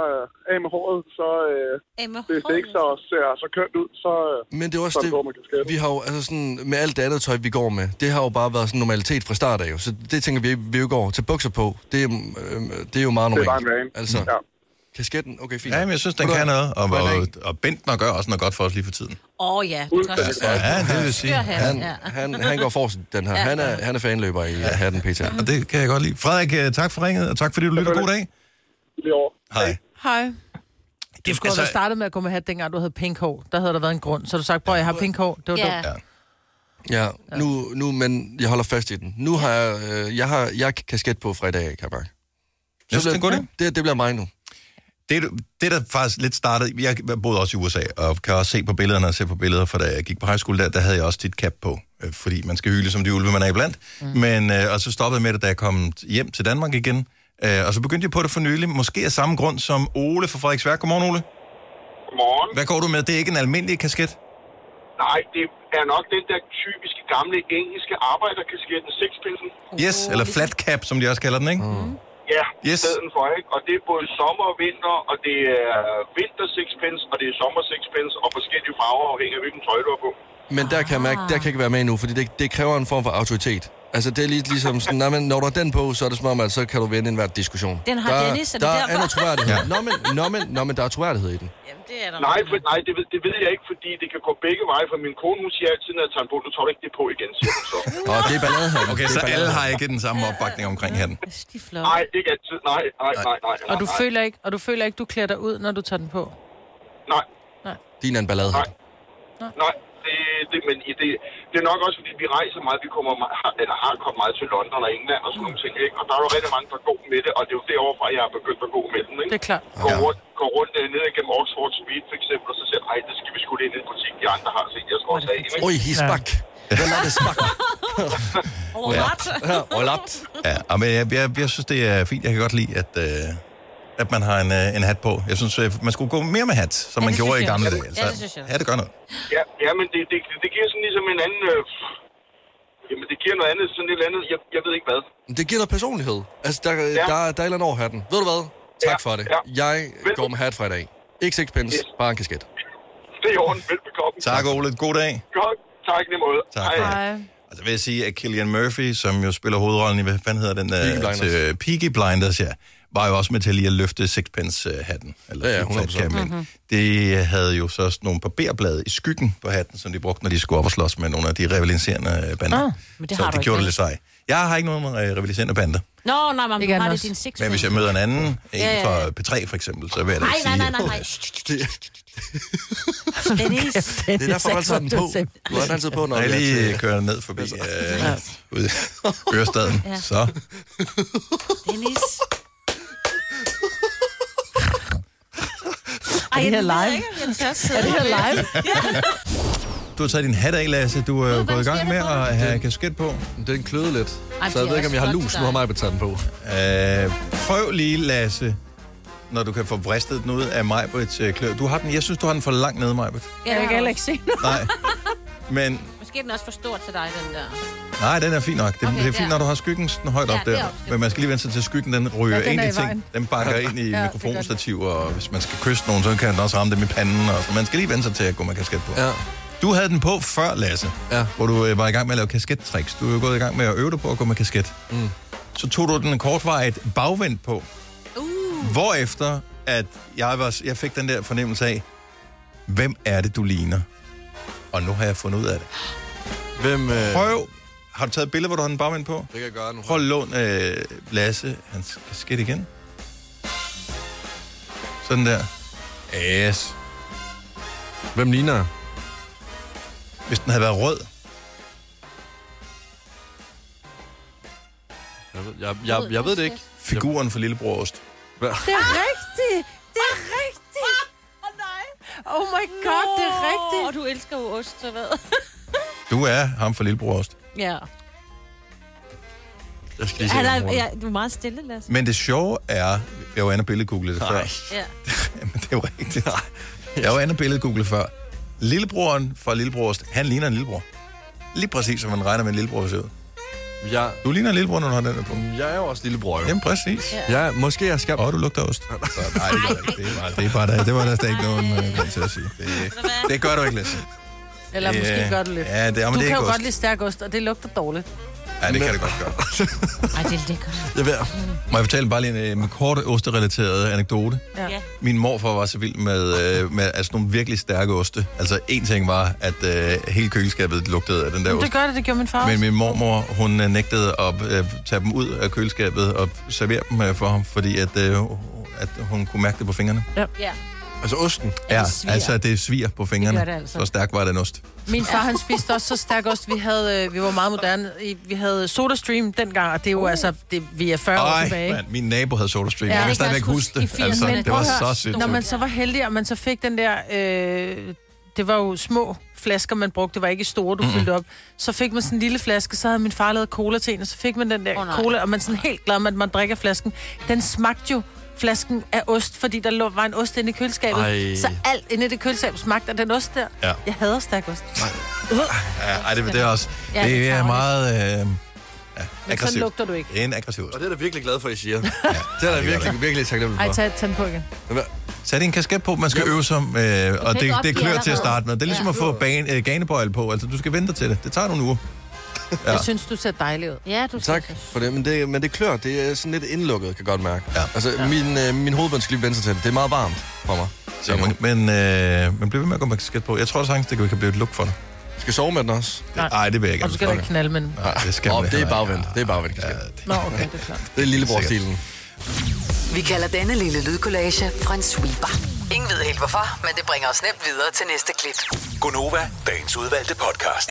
F: øh, af med håret, så øh, hvis det ikke så ser så kønt ud, så... Øh,
C: Men det er også
F: Så går man
C: det,
F: kasketten.
C: vi har jo, altså sådan, med alt det andet tøj, vi går med, det har jo bare været sådan en normalitet fra start af, jo. så det tænker vi, ikke- vi jo går til bukser på, det er, øh, det er jo meget
F: det er
C: normalt.
F: bare en vane.
C: Altså,
F: Ja.
C: kasketten, okay, fint.
A: Ja, men jeg synes, den
C: Hvordan-
A: kan noget. Og,
C: hvordan
A: og,
C: ikke?
A: og Bentner gør også noget godt for os lige for tiden.
D: Åh oh, ja, det
F: Fuldstændig
D: gør
F: korrekt.
A: Ja, det vil jeg sige.
D: han.
C: Han,
D: Ja.
C: han, han går forrest, den her. Han er, han er fanløber i ja. hatten, PT.
A: Og det kan jeg godt lide. Frederik, øh, tak for ringet, og tak fordi du lytter. God dag.
F: Lige over.
A: Hej.
B: Hej. Du skulle altså... have startet med at gå med hat, dengang du havde pink hår. Der havde der været en grund. Så har du sagt, prøv, jeg har pink hår. Det var
D: Ja.
B: dumt.
C: Ja, nu, nu, men jeg holder fast i den. Nu har jeg, øh, jeg, har, jeg har kasket på fra i dag, kan jeg mærke.
A: Jeg synes, det er en god idé.
C: det, det bliver mig nu.
A: Det, du- det, der faktisk lidt startede... Jeg boede også i USA, og kan også se på billederne og se på billeder, for da jeg gik på high school der, der havde jeg også tit cap på, øh, fordi man skal hyle som de ulve, man er iblandt. Mm. Men, øh, og så stoppede jeg med det, da jeg kom hjem til Danmark igen. Øh, og så begyndte jeg på det for nylig, måske af samme grund som Ole fra Frederiksværk. Godmorgen, Ole.
F: Godmorgen.
A: Hvad går du med? Det er ikke en almindelig kasket?
F: Nej, det er nok den der typiske gamle engelske arbejderkasketten, sekspilsen.
A: Yes, eller
F: ligesom-
A: flat cap, som de også kalder den, ikke? Mm.
F: Ja,
A: Yes.
F: yes. stedet for, ikke? Og det er både sommer og vinter, og det er vinter sixpence, og det er sommer sixpence, og forskellige farver afhængig af, hvilken trøje du har på.
C: Men der kan jeg mærke,
D: Ah.
C: der kan jeg ikke være med endnu, fordi det, det kræver en form for autoritet. Altså, det er lige, ligesom sådan, nej, men når du har den på, så er det som om, at så kan du vinde enhver diskussion.
D: Den har
C: der,
D: Dennis, er det
C: der er
D: derfor?
C: noget troværdighed. Ja. Nå, men, nå, men, nå, men der er troværdighed i den.
D: Jamen, det er der
F: Nej,
D: nok.
F: for, nej det, ved, det ved jeg ikke, fordi det kan gå begge veje, for min kone, hun siger altid, når jeg tager en på, nu tager du ikke det på igen, siger hun så.
C: Og det er ballade her.
A: Okay,
C: det er
A: så alle
C: ballade.
A: har ikke den samme opbakning omkring hatten.
D: De er flotte.
F: Nej, ikke altid. Nej, nej, nej, nej. nej
B: Og du,
F: nej,
B: føler ikke, og du føler ikke, du klæder dig ud, når du tager den på.
F: Nej,
C: Din er en ballade her.
F: Nej. Nej, det, det, men i det, det er nok også, fordi vi rejser meget. Vi kommer, me- har, eller har kommet meget til London og England og sådan nogle ting. Ikke? Og der er jo rigtig mange, der går med det, og det er jo derovre, jeg er begyndt at gå med den.
B: Det
F: Ikke?
B: er klart.
F: Går, rundt, går rundt øh, ned igennem Oxford Street for eksempel, og så siger jeg, "Ej, det skal vi sgu ind i en butik, de andre har set. Jeg skal også have en. ikke?"
C: Oj, he's back. Hvem er det smak?
D: Overret.
C: Ja, og lapt.
A: Ja, og men jeg, jeg, jeg synes, det er fint. Jeg kan godt lide, at, øh, at man har en, øh, en hat på. Jeg synes, øh, man skulle gå mere med hat, som
D: Ja,
A: man
D: det
A: gjorde i
D: synes jeg
A: gamle
D: også.
A: dage.
D: Ja, det synes jeg også.
A: Ja, det gør noget.
F: Ja, ja, men det, det, det giver sådan ligesom en anden... Øh, jamen, det giver noget andet, sådan et eller andet. Jeg, jeg ved ikke hvad.
C: Det giver noget personlighed. Altså, der, ja. der, der er et eller andet over hatten. Ved du hvad? Tak
F: Ja,
C: for det.
F: ja.
C: Jeg går med hat fra i dag. Ikke sixpence,
F: Yes.
C: bare en kasket.
F: Det er i orden. Velbekomme.
A: Tak, Ole. God dag.
F: Godt. Tak, i lige måde.
A: Tak.
B: Hej.
A: Og så vil jeg sige, at Killian Murphy, som jo spiller hovedrollen i, hvad fanden hedder den? øh,
C: Peaky Blinders.
A: Til, øh, Peaky Blinders, ja. Var jo også med til lige at løfte sixpence-hatten. Eller
C: Ja, ja,
A: fat
C: 100%.
A: cap, men
H: Mm-hmm.
A: Det havde jo så sådan nogle barberblade i skyggen på hatten, som de brugte, når de skulle op og slås med nogle af de rivaliserende øh, bander.
B: Ah,
D: men det
A: så
D: har du
A: det
D: ikke
A: gjorde det
D: med.
A: lidt sej. Jeg har ikke nogen øh, rivaliserende bander.
D: Nå, nej, men
B: Ikke
D: du har
B: andet.
D: det i din six
A: Men hvis jeg møder en anden, en
D: Ja, ja,
A: fra P3 for eksempel, så vil jeg da
D: Nej,
A: ikke
D: nej,
A: sige,
D: nej, nej, nej. Dennis.
C: Det er derfor, du altid har den på. Du har den altid på, når
A: Når jeg
C: er
A: lige
C: til- Altså.
A: kører ned forbi øh, ude i Ørestaden,
D: Ja.
A: så
D: Dennis. Ej,
B: det her
D: jeg ved
B: live?
D: ikke, om jeg tør sidde
B: Er det her
D: med-
B: live?
A: du har taget din hat af, Lasse. Du er gået i gang med at have kasket på.
C: Den kløede lidt.
D: Ej,
C: Så jeg
D: det
C: ved
D: er
C: ikke, om
D: også
C: jeg har
D: flot
C: lus.
D: til
C: Nu har
D: dig.
C: mig betalt den på.
A: Øh, prøv lige, Lasse, når du kan få vristet den ud af Majbrits øh, klør. Du har den, jeg synes, du har den for langt nede, Majbrit.
D: Ja,
B: Jeg
D: jeg
B: kan heller
D: kan
B: ikke se noget.
A: Nej. Men
D: Måske er den også for stor til dig, den der.
A: nej, den er fin nok. Det,
D: Okay,
A: okay, det er fint,
D: der.
A: når du har skyggen sådan højt
D: Ja,
A: op
D: det er
A: der.
D: også-
A: Men man skal lige vende sig til at skyggen, den ryger
B: Ja, den
A: ind
B: er
A: i
B: i vejen.
A: ting. Den bakker ind i
B: det
A: ja,
B: gør
A: mikrofonstativ, og hvis man skal kysse nogen, så kan den også ramme dem i panden. Og så man skal lige vende sig til at gå med kasket på.
C: Ja.
A: Du havde den på før, Lasse,
C: Ja.
A: hvor du øh, var i gang med at lave kaskettricks. Du er jo gået i gang med at øve dig på at gå med kasket. Mm. Så tog du den kortvarigt bagvendt på,
D: Uh,
A: hvorefter at jeg, var, jeg fik den der fornemmelse af, hvem er det, du ligner? Og nu har jeg fundet ud af det.
C: Hvem... Øh,
A: Prøv, har du taget et billede, hvor du har den bagvendt på?
C: det kan jeg gøre nu.
A: Prøv at låne øh, Lasse hans kasket igen. Sådan der. Yes.
C: Hvem ligner jeg?
A: Hvis den havde været rød,
C: Jeg ved, jeg, jeg, jeg ved det ikke.
A: figuren for Lillebror Ost.
C: Hvad?
B: Det er rigtigt. Det er rigtigt.
D: Åh, Ah, nej.
B: Oh my god, det er rigtigt.
D: Og du elsker jo ost, så hvad?
A: Du er ham for Lillebror Ost.
D: ja.
C: Jeg skal lige
D: Han
C: se,
D: er,
C: hvornår.
D: ja, du er meget stille, Lasse.
A: Men det sjove er, jeg var inde og billedgooglede det før.
C: Nej.
D: Ja.
A: Jamen, det er jo rigtigt. Jeg var inde og billedgooglede før. Lillebroren fra Lillebrorst, han ligner en lillebror. Lige præcis, som man regner med en lillebror ser ud.
C: Jeg,
A: Du ligner en lillebror, når du har den her på.
C: jeg er jo også lillebror, jo.
A: Jamen, præcis. Ja.
C: Ja, måske jeg skal...
A: Og du lugter ost. Så, nej, det var, det var, det var, der, det var der slet ikke nogen øh, grund til at sige. Det, det gør du ikke, Lasse.
B: Eller
A: Ja.
B: måske gør du lidt.
A: Ja, det- ja, men
B: du
A: det er
B: kan
A: ikke
B: jo
A: ost.
B: godt lide stærk ost, og det lugter dårligt.
A: Ja, det kan det godt gøre.
D: Ej, det er lækkert.
C: Jeg ved,
A: Må jeg fortælle bare lige en, en kort osterrelateret anekdote?
D: Ja.
A: Min morfar var så vild med, øh, med altså nogle virkelig stærke oste. Altså, en ting var, at øh, hele køleskabet lugtede af den der ost.
B: Det gør det, det gjorde min far
A: Men
B: også.
A: min mormor, hun øh, nægtede at øh, tage dem ud af køleskabet og servere dem øh, for ham, fordi at, øh, at hun kunne mærke det på fingrene.
D: Ja.
C: altså osten.
A: Ja,
D: svier.
A: altså at det sviger på fingrene.
D: Det gør det altså.
A: Så stærk var den ost.
B: Min far, han spiste også så stærk ost. Vi, havde, øh, vi var meget moderne. I- Vi havde SodaStream dengang, og det er jo uh. altså, det, vi er 40 år
A: Ej,
B: tilbage.
A: mand, min nabo havde SodaStream.
B: Ja,
A: Ja, jeg
B: det
A: kan
B: kan
A: stadigvæk
D: jeg også
A: huske
D: huske
A: det.
D: i
A: Altså,
D: 80'erne.
A: det
D: Prøv
A: var
D: at
A: så
D: høre,
A: sødt.
B: Når man så var heldig, og man så fik den der... Øh, det var jo små flasker, man brugte. Det var ikke store, du mm. fyldte op. Så fik man sådan en lille flaske, så havde min far lavet cola til en, og så fik man den der
D: Åh,
B: oh,
D: nej.
B: cola, og man er sådan helt glad med, at man drikker flasken. Den smagte jo flasken af ost, fordi der lå, var en ost inde i køleskabet.
C: Ej.
B: Så alt inde i det køleskab smagte af den ost der.
A: Ja.
B: Jeg hader stærk ost.
A: Ja, ej, det, det er også...
D: Ja, det er
A: Det er
D: tarveligt.
A: meget øh, ja,
B: Men så
A: aggressivt.
B: lugter du ikke.
A: Det er en aggressiv ost.
C: Og det er jeg da virkelig glad for, I siger. det er jeg da virkelig, virkelig taknemmelig
B: Ej,
C: for.
B: tag, tag den på igen.
A: Sæt en kasket på, man skal øve sig, øh, og
D: ikke
A: det, det
D: opgive
A: klør til at
D: allerede.
A: starte med. Det er ligesom
D: Ja.
A: at få ban, øh, ganebøjle på, altså du skal vente til det. Det tager nogle uger.
B: Ja. Jeg synes, du ser dejlig ud.
D: Ja, du
C: Tak for det, men det, men det klør. Det er sådan lidt indlukket, kan jeg godt mærke.
A: Ja.
C: Altså, min, øh, min hovedbund skal lige vende sig til det. Det er meget varmt for mig.
A: Så man, men øh, man bliver ved med at gå med kasket på. Jeg tror sagtens, det kan- kan blive et luk for dig.
C: Skal jeg sove med den også?
B: Nej.
A: Nej, det vil jeg ikke.
B: Og du skal da ikke knalde med den.
A: Nej, det skal
C: Nå,
A: man
C: det er
A: heller
C: bagvendt.
A: ikke.
C: Det er bagvendt.
A: Ja,
C: Ja.
A: det-
B: Nå, okay, det er klart.
C: Det er lillebror-stilen.
E: Vi kalder denne lille lydkollage Frans sweeper. Ingen ved helt hvorfor, men det bringer os nemt videre til næste klip.
H: Gonova, dagens udvalgte podcast.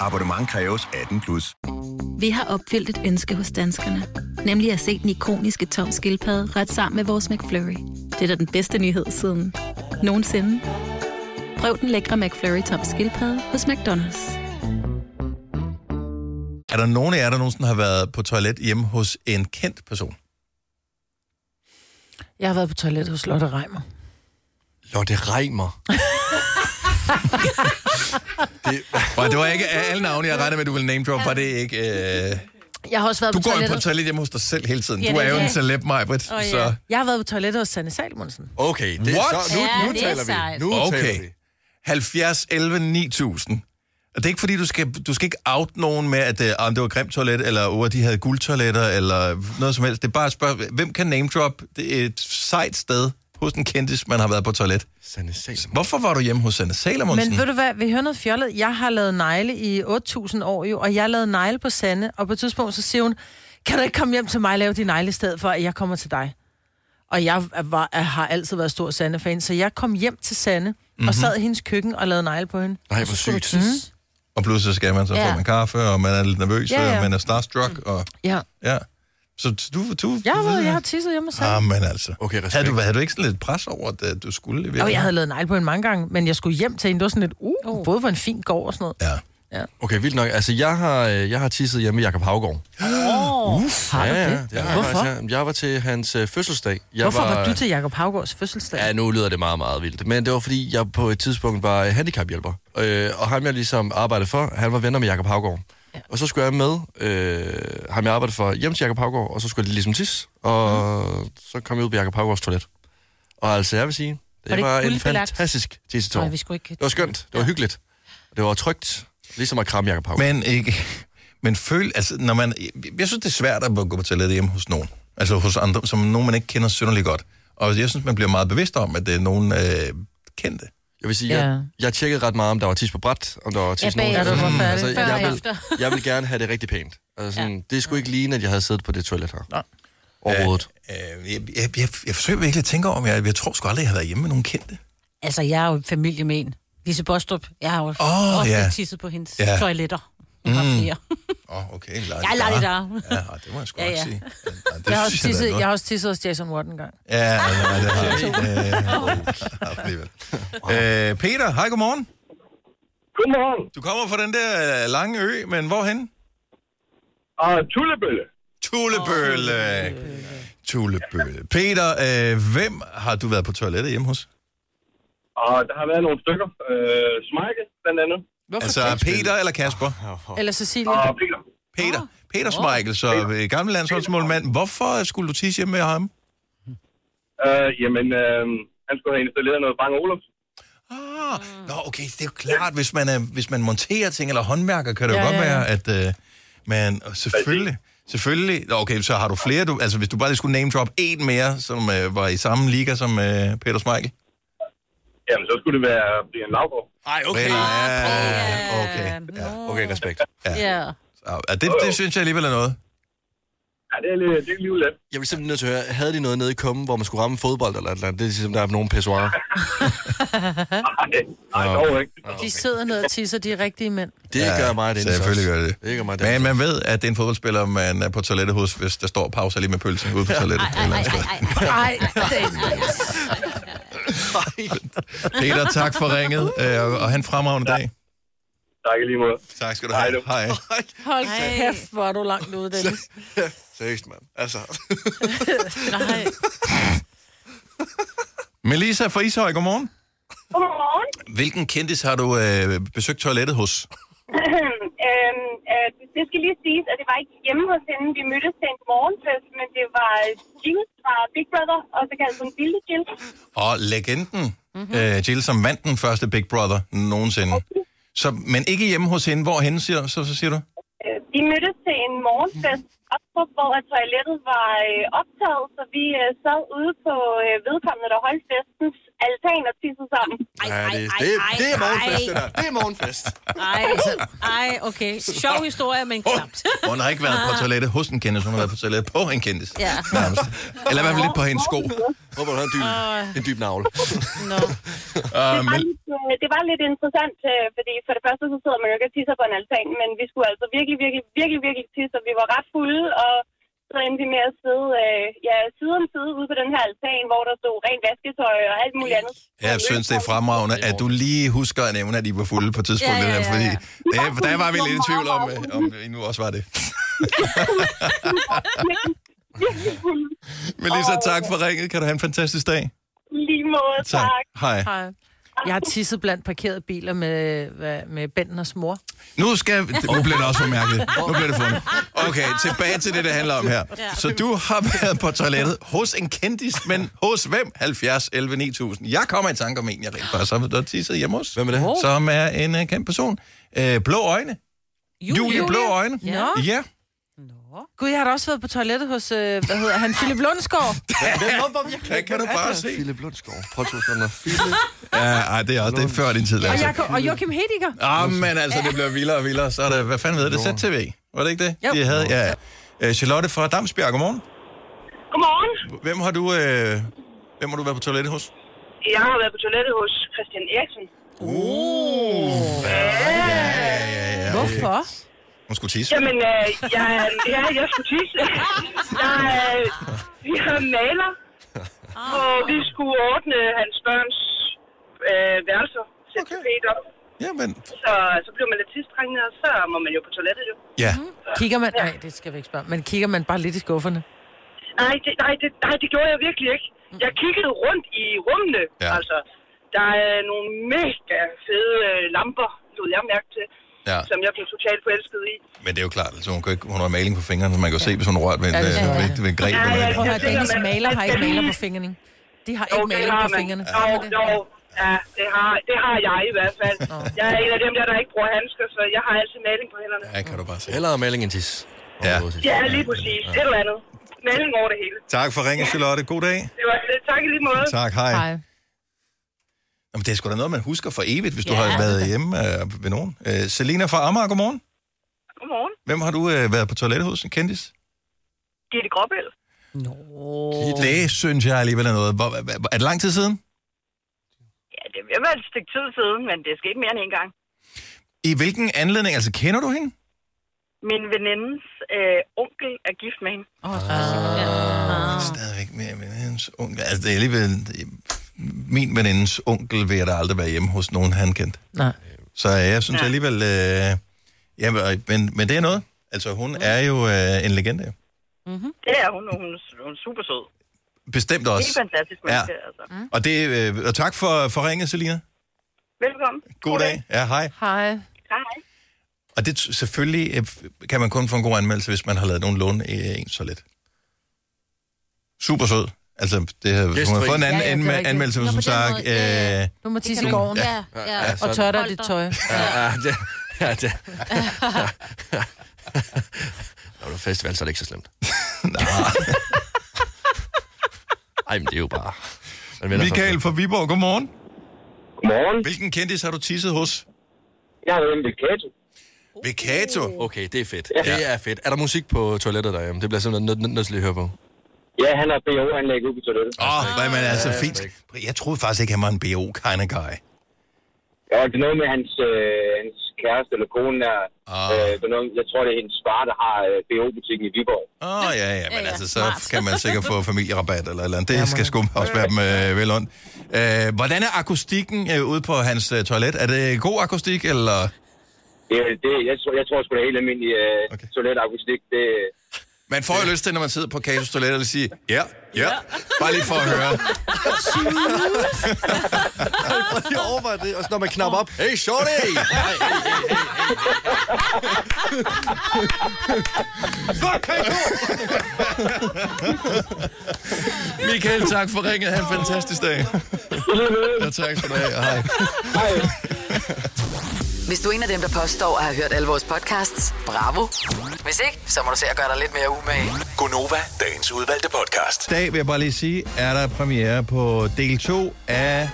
H: Abonnement kræves 18 plus.
I: Vi har opfyldt et ønske hos danskerne. Nemlig at se den ikoniske tom skildpadde ret sammen med vores McFlurry. Det er da den bedste nyhed siden nogensinde. Prøv den lækre McFlurry tom skildpadde hos McDonald's.
A: Er der nogen af jer, der nogensinde har været på toilet hjemme hos en kendt person?
B: Jeg har været på toilettet hos Lotte Reimer.
C: Lotte Reimer. det,
A: Var, det var ikke alle navne, jeg regnede med, du ville name drop. Var det ikke... Øh...
B: Jeg har også været
A: Du
B: på
A: går jo
B: toilettet.
A: på toilet hjemme hos dig selv hele tiden.
B: Ja,
A: du
B: det
A: er
B: er
A: jo en
B: det.
A: celeb, Majbrit.
D: Åh, ja.
A: Så
B: Jeg har været på toilettet hos Sanne Salmonsen.
C: Okay, det,
A: What?
C: så, nu,
D: Ja,
C: nu
D: det er
C: taler vi.
D: sejt.
C: Nu taler
A: okay.
C: vi.
A: 70, 11, 9000. Og det er ikke fordi, du skal, du skal ikke out nogen med, at øh, om det var grimt toilet, eller oh, de havde guldtoiletter, eller noget som helst. Det er bare at spørge, hvem kan name drop det er et sejt sted hos en kendis, man har været på toilet?
C: Sanne Salomon.
A: Hvorfor var du hjemme hos Sanne Salomonsen?
B: Men ved du hvad, vi hører noget fjollet. Jeg har lavet negle i 8.000 år jo, og jeg lavede negle på Sande, og på et tidspunkt så siger hun, kan du ikke komme hjem til mig og lave de negle i stedet for, at jeg kommer til dig? Og jeg er- var, er, har altid været stor Sande-fan, så jeg kom hjem til Sande, mm-hmm.
A: Mhm.
B: og sad i hendes køkken og lavede negle på hende.
C: Nej, hvor sygt.
A: Og pludselig skal man, så
D: Ja.
A: får man kaffe, og man er lidt nervøs,
B: Ja,
A: ja,
B: ja.
A: ja. man er starstruck, og
B: Ja.
A: ja. Så du... du
B: Jeg har, været, jeg har tisset hjemme hos Sande.
A: Ah, men altså.
C: Okay, respekt.
A: havde, du, havde du ikke sådan lidt pres over, at øh, du skulle levere?
B: Og jeg havde lavet negle på hende mange gange, men jeg skulle hjem til hende. Det var sådan lidt, uh, uh. både var en fin gård og sådan noget.
A: Ja.
C: Okay, vildt nok. Altså, jeg har, øh, jeg har tisset hjemme med Jacob Havgård.
B: Uh, Har du
C: ja,
B: det?
C: ja, ja.
B: Hvorfor?
C: Jeg, jeg var til hans øh, fødselsdag. Jeg
B: Hvorfor var du til Jacob Havgårds fødselsdag?
C: Ja, nu lyder det meget, meget vildt. Men det var, fordi jeg på et tidspunkt var øh, handicaphjælper. Øh, og ham, jeg ligesom arbejdede for, han var venner med Jacob Havgård. Ja. Og så skulle jeg med øh, ham, jeg arbejdede for, hjem til Jacob Havgård, og så skulle jeg ligesom tisse. Og mm. så kom jeg ud på Jacob Havgårds toilet. Og altså, jeg vil sige, det
D: Mhm. Var
C: var,
D: det
C: det var en
D: guldbelagt?
C: fantastisk tissetår.
D: Nej, vi
C: Det
D: skulle ikke...
C: var skønt, det var hyggeligt, og det var trygt. Ligesom at kramme Jacob Havgård.
A: Men ikke... Men føl, altså, når man... Jeg synes, det er svært at gå på toilettet hjemme hos nogen. Altså hos andre, som nogen, man ikke kender synderligt godt. Og jeg synes, man bliver meget bevidst om, at det er nogen øh, kendte.
C: Jeg vil sige, ja.
B: Ja.
C: jeg, jeg tjekkede ret meget, om der var tis på bræt, om der var tis
D: Ja, bag-
C: nogen-
D: Ja, du var
B: færdig.
C: altså,
D: Før og
C: jeg,
D: efter.
C: vil, jeg vil gerne have det rigtig pænt. Altså, sådan, ja. Det skulle ikke ligne, at jeg havde siddet på det toilet her. Nej. Overhovedet.
A: Øh, jeg, jeg, jeg, jeg forsøger virkelig at tænke over, om jeg, jeg tror sgu aldrig, jeg har været hjemme med nogen kendte.
D: Altså, jeg er jo i familie med en. Lise Bostrup. Jeg har jo
A: Åh,
D: ofte
A: ja.
D: tisset på hendes
A: Ja. Mm.
D: toiletter. Hun har flere.
A: Åh, oh, okay. Lad
D: Jeg er lejlig der.
A: Ja, ah, det må jeg sgu
D: Ja,
A: ja, ja.
D: ja.
A: sige. Ja, ah, det
B: Jeg har, også
A: synes
B: tisset,
A: da er
B: jeg har også tisset hos Jason Watt en gang.
A: godt. Ja, nej, det har jeg. Øh, alligevel. Øh, Peter, hej, godmorgen.
F: Godmorgen.
A: Du kommer fra den der øh, lange ø, men hvorhen?
F: Og Tullebølle.
A: Tulebølle. Tulebølle. Peter, øh, hvem har du været på toilettet hjemme hos?
F: Og der har været nogle stykker. Øh, Smeichel, blandt andet.
B: Hvorfor
A: Altså
B: det?
A: Peter eller Kasper?
B: Eller Cecilie.
F: Og Peter.
A: Peter. Peter Smeichel, så øh, gammel landsholdsmålmand. Hvorfor skulle du tisse hjemme med ham?
F: Øh, jamen, øh, han skulle have installeret noget Bang Olufsen.
A: Ah,
B: Mm.
A: nå, okay, det er jo klart, hvis man, er, hvis man monterer ting eller håndværker, kan det jo
B: Ja,
A: godt
B: ja, ja.
A: være, at øh, man... Og selvfølgelig, selvfølgelig... Nå, okay, så har du flere... Du, altså, hvis du bare lige skulle name drop en mere, som øh, var i samme liga som øh, Peter Smeichel.
F: Jamen, så skulle det være Brian Laugård.
C: Ej,
A: Okay. Ja, okay.
D: Nå.
C: Okay, respekt.
D: Ja.
A: Ja, det, det synes jeg alligevel er noget.
F: Ja, det er, lidt, det er lige let.
C: Jeg vil simpelthen nødt til at høre, havde de noget nede i kummen, hvor man skulle ramme fodbold eller et eller andet? Det er ligesom, der er nogle pissoirer.
F: Nej, nej, dog ikke.
B: De sidder ned og tisser, de er rigtige mænd.
C: Det
A: Ja,
C: gør mig det.
A: selvfølgelig gør det det.
C: Det gør mig det.
A: Men man ved, at det er en fodboldspiller, man er på toilettet hos, hvis der står pauser lige med pølsen ude på toilettet. et eller andet sted.
B: Ej,
A: Peter, tak for ringet, øh, og han fremragende dag.
F: Tak i lige måde.
A: Tak skal du have. Hej.
B: hold kæft, hvor er du langt ude, Dennis.
C: Seriøst, mand. Altså.
D: Nej.
A: Melissa fra Ishøj, godmorgen.
G: Godmorgen.
A: Hvilken kendis har du øh, besøgt toilettet hos?
G: øhm, øh, det skal lige siges, at det var ikke hjemme hos hende. Vi mødtes til en morgenfest, men det var Jill fra Big Brother, og så kaldte hun Vilde Jill.
A: Og legenden, mm-hmm. øh, Jill, som vandt den første Big Brother nogensinde. Så, men ikke hjemme hos hende. Hvor hende siger, så, så siger du?
G: Øh, Vi mødtes til en morgenfest, Optrup, hvor at toilettet var øh, optaget, så vi øh, sad ude på øh, vedkommende, der holdt festens altan og tissede sammen.
D: Ej,
C: Ja,
D: ej,
C: det,
D: ej,
C: det,
D: ej,
C: det er morgenfest, det
D: ej,
C: der. Det er morgenfest.
D: Ej, ej, okay. Sjov historie, men klamt.
A: Hun har ikke været på toilettet hos en kendis, hun har været på toilettet på en kendis.
D: Ja.
A: Nærmest. Eller i hvert fald lidt på hendes sko. Ah.
C: Håber, du har en dyb, en dyb navle.
A: Uh,
D: Nå.
G: Det var,
A: men,
G: lidt, øh, det var lidt interessant, øh, fordi for det første så sidder man jo ikke og tisser på en altan, men vi skulle altså virkelig, virkelig, virkelig, virkelig tisse, og vi var ret fulde, og så endte vi med at sidde øh, ja, side om side ude på den her altan, hvor der stod rent vasketøj og alt muligt andet.
A: jeg synes, det er fremragende, at du lige husker at nævne, at I var fulde på et tidspunkt.
D: Ja,
A: Ja,
D: ja,
A: ja,
D: ja,
A: ja,
D: ja.
A: Fordi det, der var vi lidt i tvivl om, øh, om I nu også var det.
G: Virkelig fulde.
A: Melissa, tak for ringet. Kan du have en fantastisk dag.
G: Lige måde, tak.
A: Hej.
B: Ej. Jeg har tisset blandt parkerede biler med, hvad- med Bentners mor.
A: Nu skal... Nu bliver det også for mærkeligt. Nu bliver det fundet. Okay, tilbage til det, det handler om her. Så du har været på toilettet hos en kendis, men hos hvem? 70, 11, 9000. Jeg kommer i tanke om en, jeg rent faktisk har været tisset hjemme hos. Hvem
C: er det?
B: Wow.
A: Som er en uh, kendt person. Uh, blå øjne. Julie, Julie Blå Øjne.
B: Nå.
A: Ja.
B: Gud, jeg har da også været på toilettet hos, øh, hvad hedder han, Philip Lundsgaard.
A: Det kan du bare se.
C: Philip Lundsgaard. Prøv at tro, sådan noget. Philip.
A: Ja, ej, det er også det er før din tid,
B: Og,
A: altså.
B: Jacob, og Joachim Hediger.
A: Ah, men altså, det bliver vildere og vildere. Så er det, hvad fanden hedder det? ZTV. Var det ikke det?
B: Jo.
A: De havde, ja. Øh, Charlotte fra Damsbjerg, godmorgen.
J: Godmorgen.
A: Hvem har du, øh, hvem har du været på toilettet hos?
J: Jeg har været på toilettet hos Christian Eriksen.
B: Uh. Hvorfor?
A: Hun skulle tisse.
J: Jamen, øh, jeg, ja, jeg skulle tisse. jeg, øh, vi har maler, og vi skulle ordne hans børns øh, værelser. Sætte
A: Okay.
J: okay. op.
A: Jamen,
J: Så, så blev man lidt tidstrængende, og så må man jo på toilettet jo.
A: ja.
B: Mm-hmm. Kigger man... Nej, det skal vi ikke spørge. Men kigger man bare lidt i skufferne?
J: Nej det, nej, det, nej, det gjorde jeg virkelig ikke.
B: Mm.
J: Jeg kiggede rundt i rummene,
A: Ja.
J: ja. altså. Der er nogle mega fede øh, lamper, lod jeg mærke til,
A: Ja.
J: ja. som jeg blev totalt forelsket i.
A: Men det er jo klart, altså, hun, kan ikke, hun har maling på fingrene, så man kan jo se, hvis hun rørt ved, ja,
B: det er-
A: ved, ved, ved greb.
J: Ja, ja,
A: eller-
B: Prøv at høre,
J: tænker,
B: Danis
J: man-
B: maler har ikke
J: man-
B: maler på fingrene. De har
J: Jo,
B: ikke maling på fingrene.
J: Jo,
B: Sådan er det.
J: jo, ja, det har, det har jeg i hvert fald. Jeg er en af dem der, der ikke bruger handsker, så jeg har altid maling på hænderne.
A: Ja, kan du bare se.
C: Eller maling en tis.
A: Ja.
J: Ja, lige præcis. Et eller andet. Maling over det hele.
A: Tak for ringen, Charlotte. God dag.
J: Det var det. Tak i lige måde.
A: Tak, hej.
B: Hej.
A: Jamen, det er sgu da noget, man husker for evigt, hvis du
G: Ja.
A: har været hjemme øh, ved nogen. Øh, Selina fra Amager, godmorgen.
J: Godmorgen.
A: Hvem har du øh, været på toilettet hos? En kendis?
J: Gitte Gråbæl.
A: Det synes jeg alligevel er noget. Hvor, hvor- hvor- er det lang tid siden?
J: Ja, det er vel et stykke tid siden, men det er sket mere end en gang.
A: I hvilken anledning? Altså, kender du hende?
J: Min venindes øh, onkel er gift med hende.
B: Åh, det er simpelthen-
J: Ah.
B: Ah.
A: Stadigvæk med venindens onkel. Altså, det er alligevel... Min venindens onkel vil jeg da aldrig være hjemme hos nogen, han kendte.
B: Nej.
A: Så jeg synes ja. alligevel... Øh, ja, men, men det er noget. Altså, hun er jo øh, en legende.
D: Ah. Mhm.
J: Det er hun, og hun, er- hun er super sød.
A: Bestemt
J: Helt
A: også.
J: fantastisk menneske, ja. altså.
D: Mm.
A: Og, det, øh, og tak for, for ringet, Selina.
J: Velkommen.
A: God dag. Ja, hej.
B: Hej.
J: Hej.
A: Og det t- selvfølgelig øh, kan man kun få en god anmeldelse, hvis man har lavet nogen låne øh, en så lidt. Super sød. Altså, det, har- hun har
C: Gæstfri.
A: fået en anden
B: Ja, ja, det er
A: anme-
B: rigtigt.
A: anmeldelse,
G: Nå,
A: hvis
G: på
A: hun
G: den
A: sagde,
G: måde. Ja, ja, ja.
A: øh,
B: Du må tisse
G: kan
B: i
G: du-
B: gården.
G: Ja, ja.
C: Ja,
B: Og
C: sådan.
B: tørre dig i
G: Hold
B: dit
G: da.
B: tøj.
C: Ja, det, ja, det. Når du er festival, så er det ikke så slemt. Nej. Ej, men det er jo bare... Man vender sig
A: Michael fra Viborg, godmorgen.
K: Godmorgen.
A: Hvilken kendis har du tisset hos?
K: Jeg har været ved Kato.
A: Ved Kato.
C: Oh. Okay, det er fedt. Ja. Det er fedt. Er der musik på toilettet derhjemme? Det bliver simpelthen nødt nød, nød, nødt til lige at høre på.
K: Ja, han har BH-anlæg ude på toilettet.
A: Åh,
C: Altså,
A: oh, hvad man er så fint. Jeg troede faktisk ikke, han var en BO kind of guy.
K: Ja, det er noget med hans, øh, hans kæreste eller kone der.
A: Ah.
K: Øh, det er noget, jeg tror, det er hendes far, der har øh, BH-butikken i Viborg.
A: Åh, oh, ja, ja, men
G: ja,
A: altså, så
G: smart.
A: kan man sikkert få familierabat eller et eller andet. Det skal sgu også være dem øh, vel ondt. Øh, hvordan er akustikken øh, ude på hans øh, toilet? Er det god akustik, eller...
K: Det, er- det, jeg, tror, jeg tror sgu, det er helt almindelig øh,
A: Okay.
K: okay. toiletakustik. Det,
A: Man får jo lyst til, når man sidder på Katos toilet, at sige, ja, ja, bare lige for at høre.
C: Prøv lige at overveje det, og så når man knapper op. Hey, shorty!
A: Michael, tak for ringet. Ha' en fantastisk dag. Ja, tak skal du have. Hej.
E: Hvis du er en af dem, der påstår at have hørt alle vores podcasts, bravo. Hvis ikke, så må du se at gøre dig lidt mere umage.
L: Gonova, dagens udvalgte podcast.
A: I dag vil jeg bare lige sige, er der premiere på del 2 af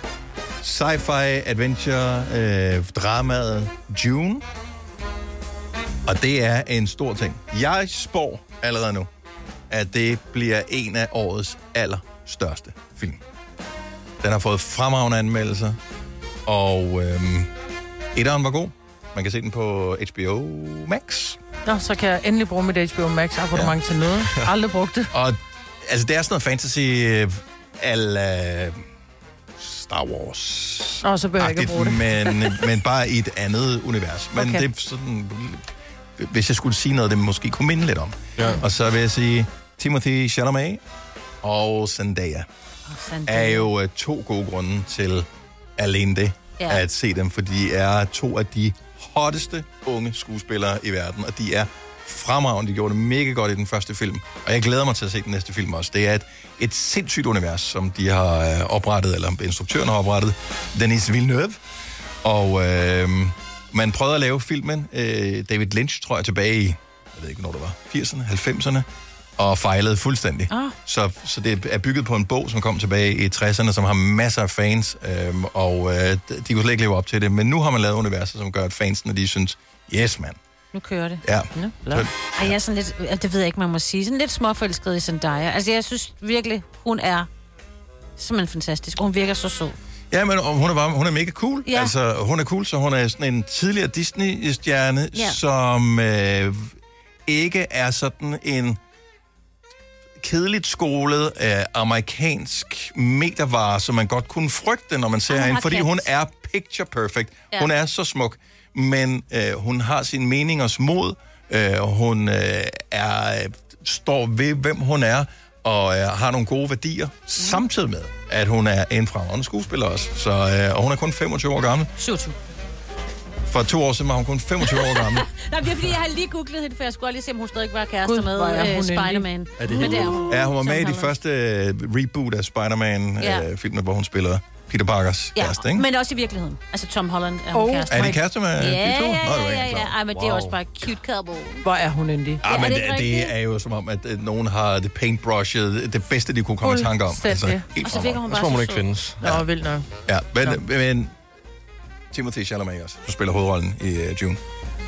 A: sci-fi adventure øh, dramaet June. Og det er en stor ting. Jeg spår allerede nu, at det bliver en af årets allerstørste film. Den har fået fremragende anmeldelser, og øhm, etteren var god. Man kan se den på HBO Max.
B: Nå, så kan jeg endelig bruge mit HBO Max abonnement til noget. Aldrig brugt det.
A: Og altså, det er sådan noget fantasy øh, ala Star Wars.
B: Nå, så behøver jeg ikke at bruge det.
A: men, men bare i et andet univers. Men
B: Okay.
A: okay. det er sådan... Hvis jeg skulle sige noget, det måske kunne minde lidt om. Ja. Og så vil jeg sige, Timothy Chalamet og Zendaya
G: Sådan.
A: er jo øh, to gode grunde til, alene det,
D: Ja.
A: ja. at se dem, for de er to af de hotteste unge skuespillere i verden, og de er fremragende. De gjorde det mega godt i den første film, og jeg glæder mig til at se den næste film også. Det er et, et sindssygt univers, som de har øh, oprettet, eller instruktøren har oprettet, Denis Villeneuve. Og øh, man prøvede at lave filmen, øh, David Lynch, tror jeg, tilbage i, jeg ved ikke, hvornår det var, 80'erne, 90'erne, og fejlede fuldstændig.
D: Ah.
A: Så, så det er bygget på en bog, som kom tilbage i 60'erne, som har masser af fans, øhm, og øh, de kunne slet ikke leve op til det. Men nu har man lavet universet, som gør, at fansene de synes, yes, mand.
D: Nu kører det.
A: Ja.
B: Nå, blot.
A: Så,
D: Ej, jeg er sådan lidt, ja, det ved jeg ikke, man må sige, sådan lidt småforelsket i Zendaya. Altså, jeg synes virkelig, hun er simpelthen fantastisk. Hun virker så sød.
A: ja, men og hun er, bare, hun er mega cool.
D: Ja.
A: Altså, hun er cool, så hun er sådan en tidligere Disney-stjerne,
D: Ja.
A: som øh, ikke er sådan en kedeligt skolet øh, amerikansk metervare, som man godt kunne frygte, når man ser
D: Ej, hun
A: hende,
D: har
A: fordi
D: kant.
A: hun er picture perfect.
D: Ja.
A: Ja. Hun er så smuk, men øh, hun har sin meningers mod, øh, hun øh, er, står ved, hvem hun er, og øh, har nogle gode værdier, mm. samtidig med, at hun er en fremragende skuespiller også. Så, øh, og hun er kun 25 år gammel.
D: 27.
A: For to år siden var hun kun 25 år gammel.
D: Nej, det er fordi, jeg har lige googlet hende, for jeg skulle også lige se, om hun stadig var kærester
B: Gud,
D: med
B: hvor er hun
D: øh,
B: yndig.
D: Spider-Man.
C: Er det
D: Men
C: hende?
D: det er hun.
A: Ja, hun var
D: Som
A: med i de
D: Holland.
A: første øh, reboot af Spider-Man-filmen,
D: Ja.
A: øh, filmen, hvor hun spiller Peter Parkers
D: Ja,
A: kæreste, ikke?
D: men også i virkeligheden. Altså, Tom Holland er hun
B: Oh,
D: kæreste.
A: Er
D: med.
A: de kærester med
D: Ja,
A: de
D: ja,
A: to? Nå, det var
D: ja,
A: jeg
D: ja,
A: ikke
D: ja.
A: klar.
D: Ej, men det er
C: Wow.
D: også bare cute couple.
B: Hvor er hun yndig.
A: Ja,
D: er
A: men
D: det
A: det,
D: ikke rigtigt?
A: det er jo som om, at øh, nogen har det paintbrushet, øh, det bedste, de kunne komme i tanke om. Altså,
B: Fuldstændig.
A: helt
D: Og så virker
C: Jeg
D: hun bare
C: tror,
D: så
C: hun ikke
D: sød.
C: findes.
B: Nå, vildt nok.
A: fremragende. Ja, men, men Timothy Chalamet også, som spiller hovedrollen i uh, June,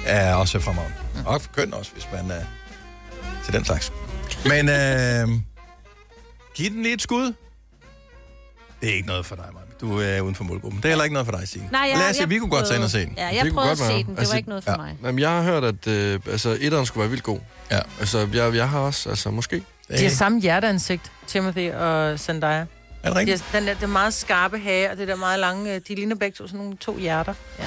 A: er også fremragende.
D: Mm.
A: Og køn også, hvis man er til den slags. Men øh, giv den lige et skud. Det er ikke noget for dig, Maja. Du er uden for målgruppen. Det er heller ikke noget for dig, Signe.
D: Nej, jeg,
A: Lad os se,
D: jeg
A: vi kunne godt tage ind og se
D: prøvede-
A: den.
D: Ja, jeg
C: kunne
D: prøvede at
C: godt
D: se
C: være.
D: den. Det
C: Altså,
D: var ikke noget for
A: ja.
D: mig.
C: Jamen, jeg har hørt, at øh, altså, etteren skulle være vildt god.
A: Ja.
C: Altså, jeg, jeg har også, altså måske.
B: De har
A: Det er,
B: samme hjerteansigt, Timothy og Zendaya.
A: er det
B: De
A: rigtigt?
B: har, den der, det meget skarpe hage, og det der meget lange, øh, de ligner begge to sådan nogle to hjerter. Ja.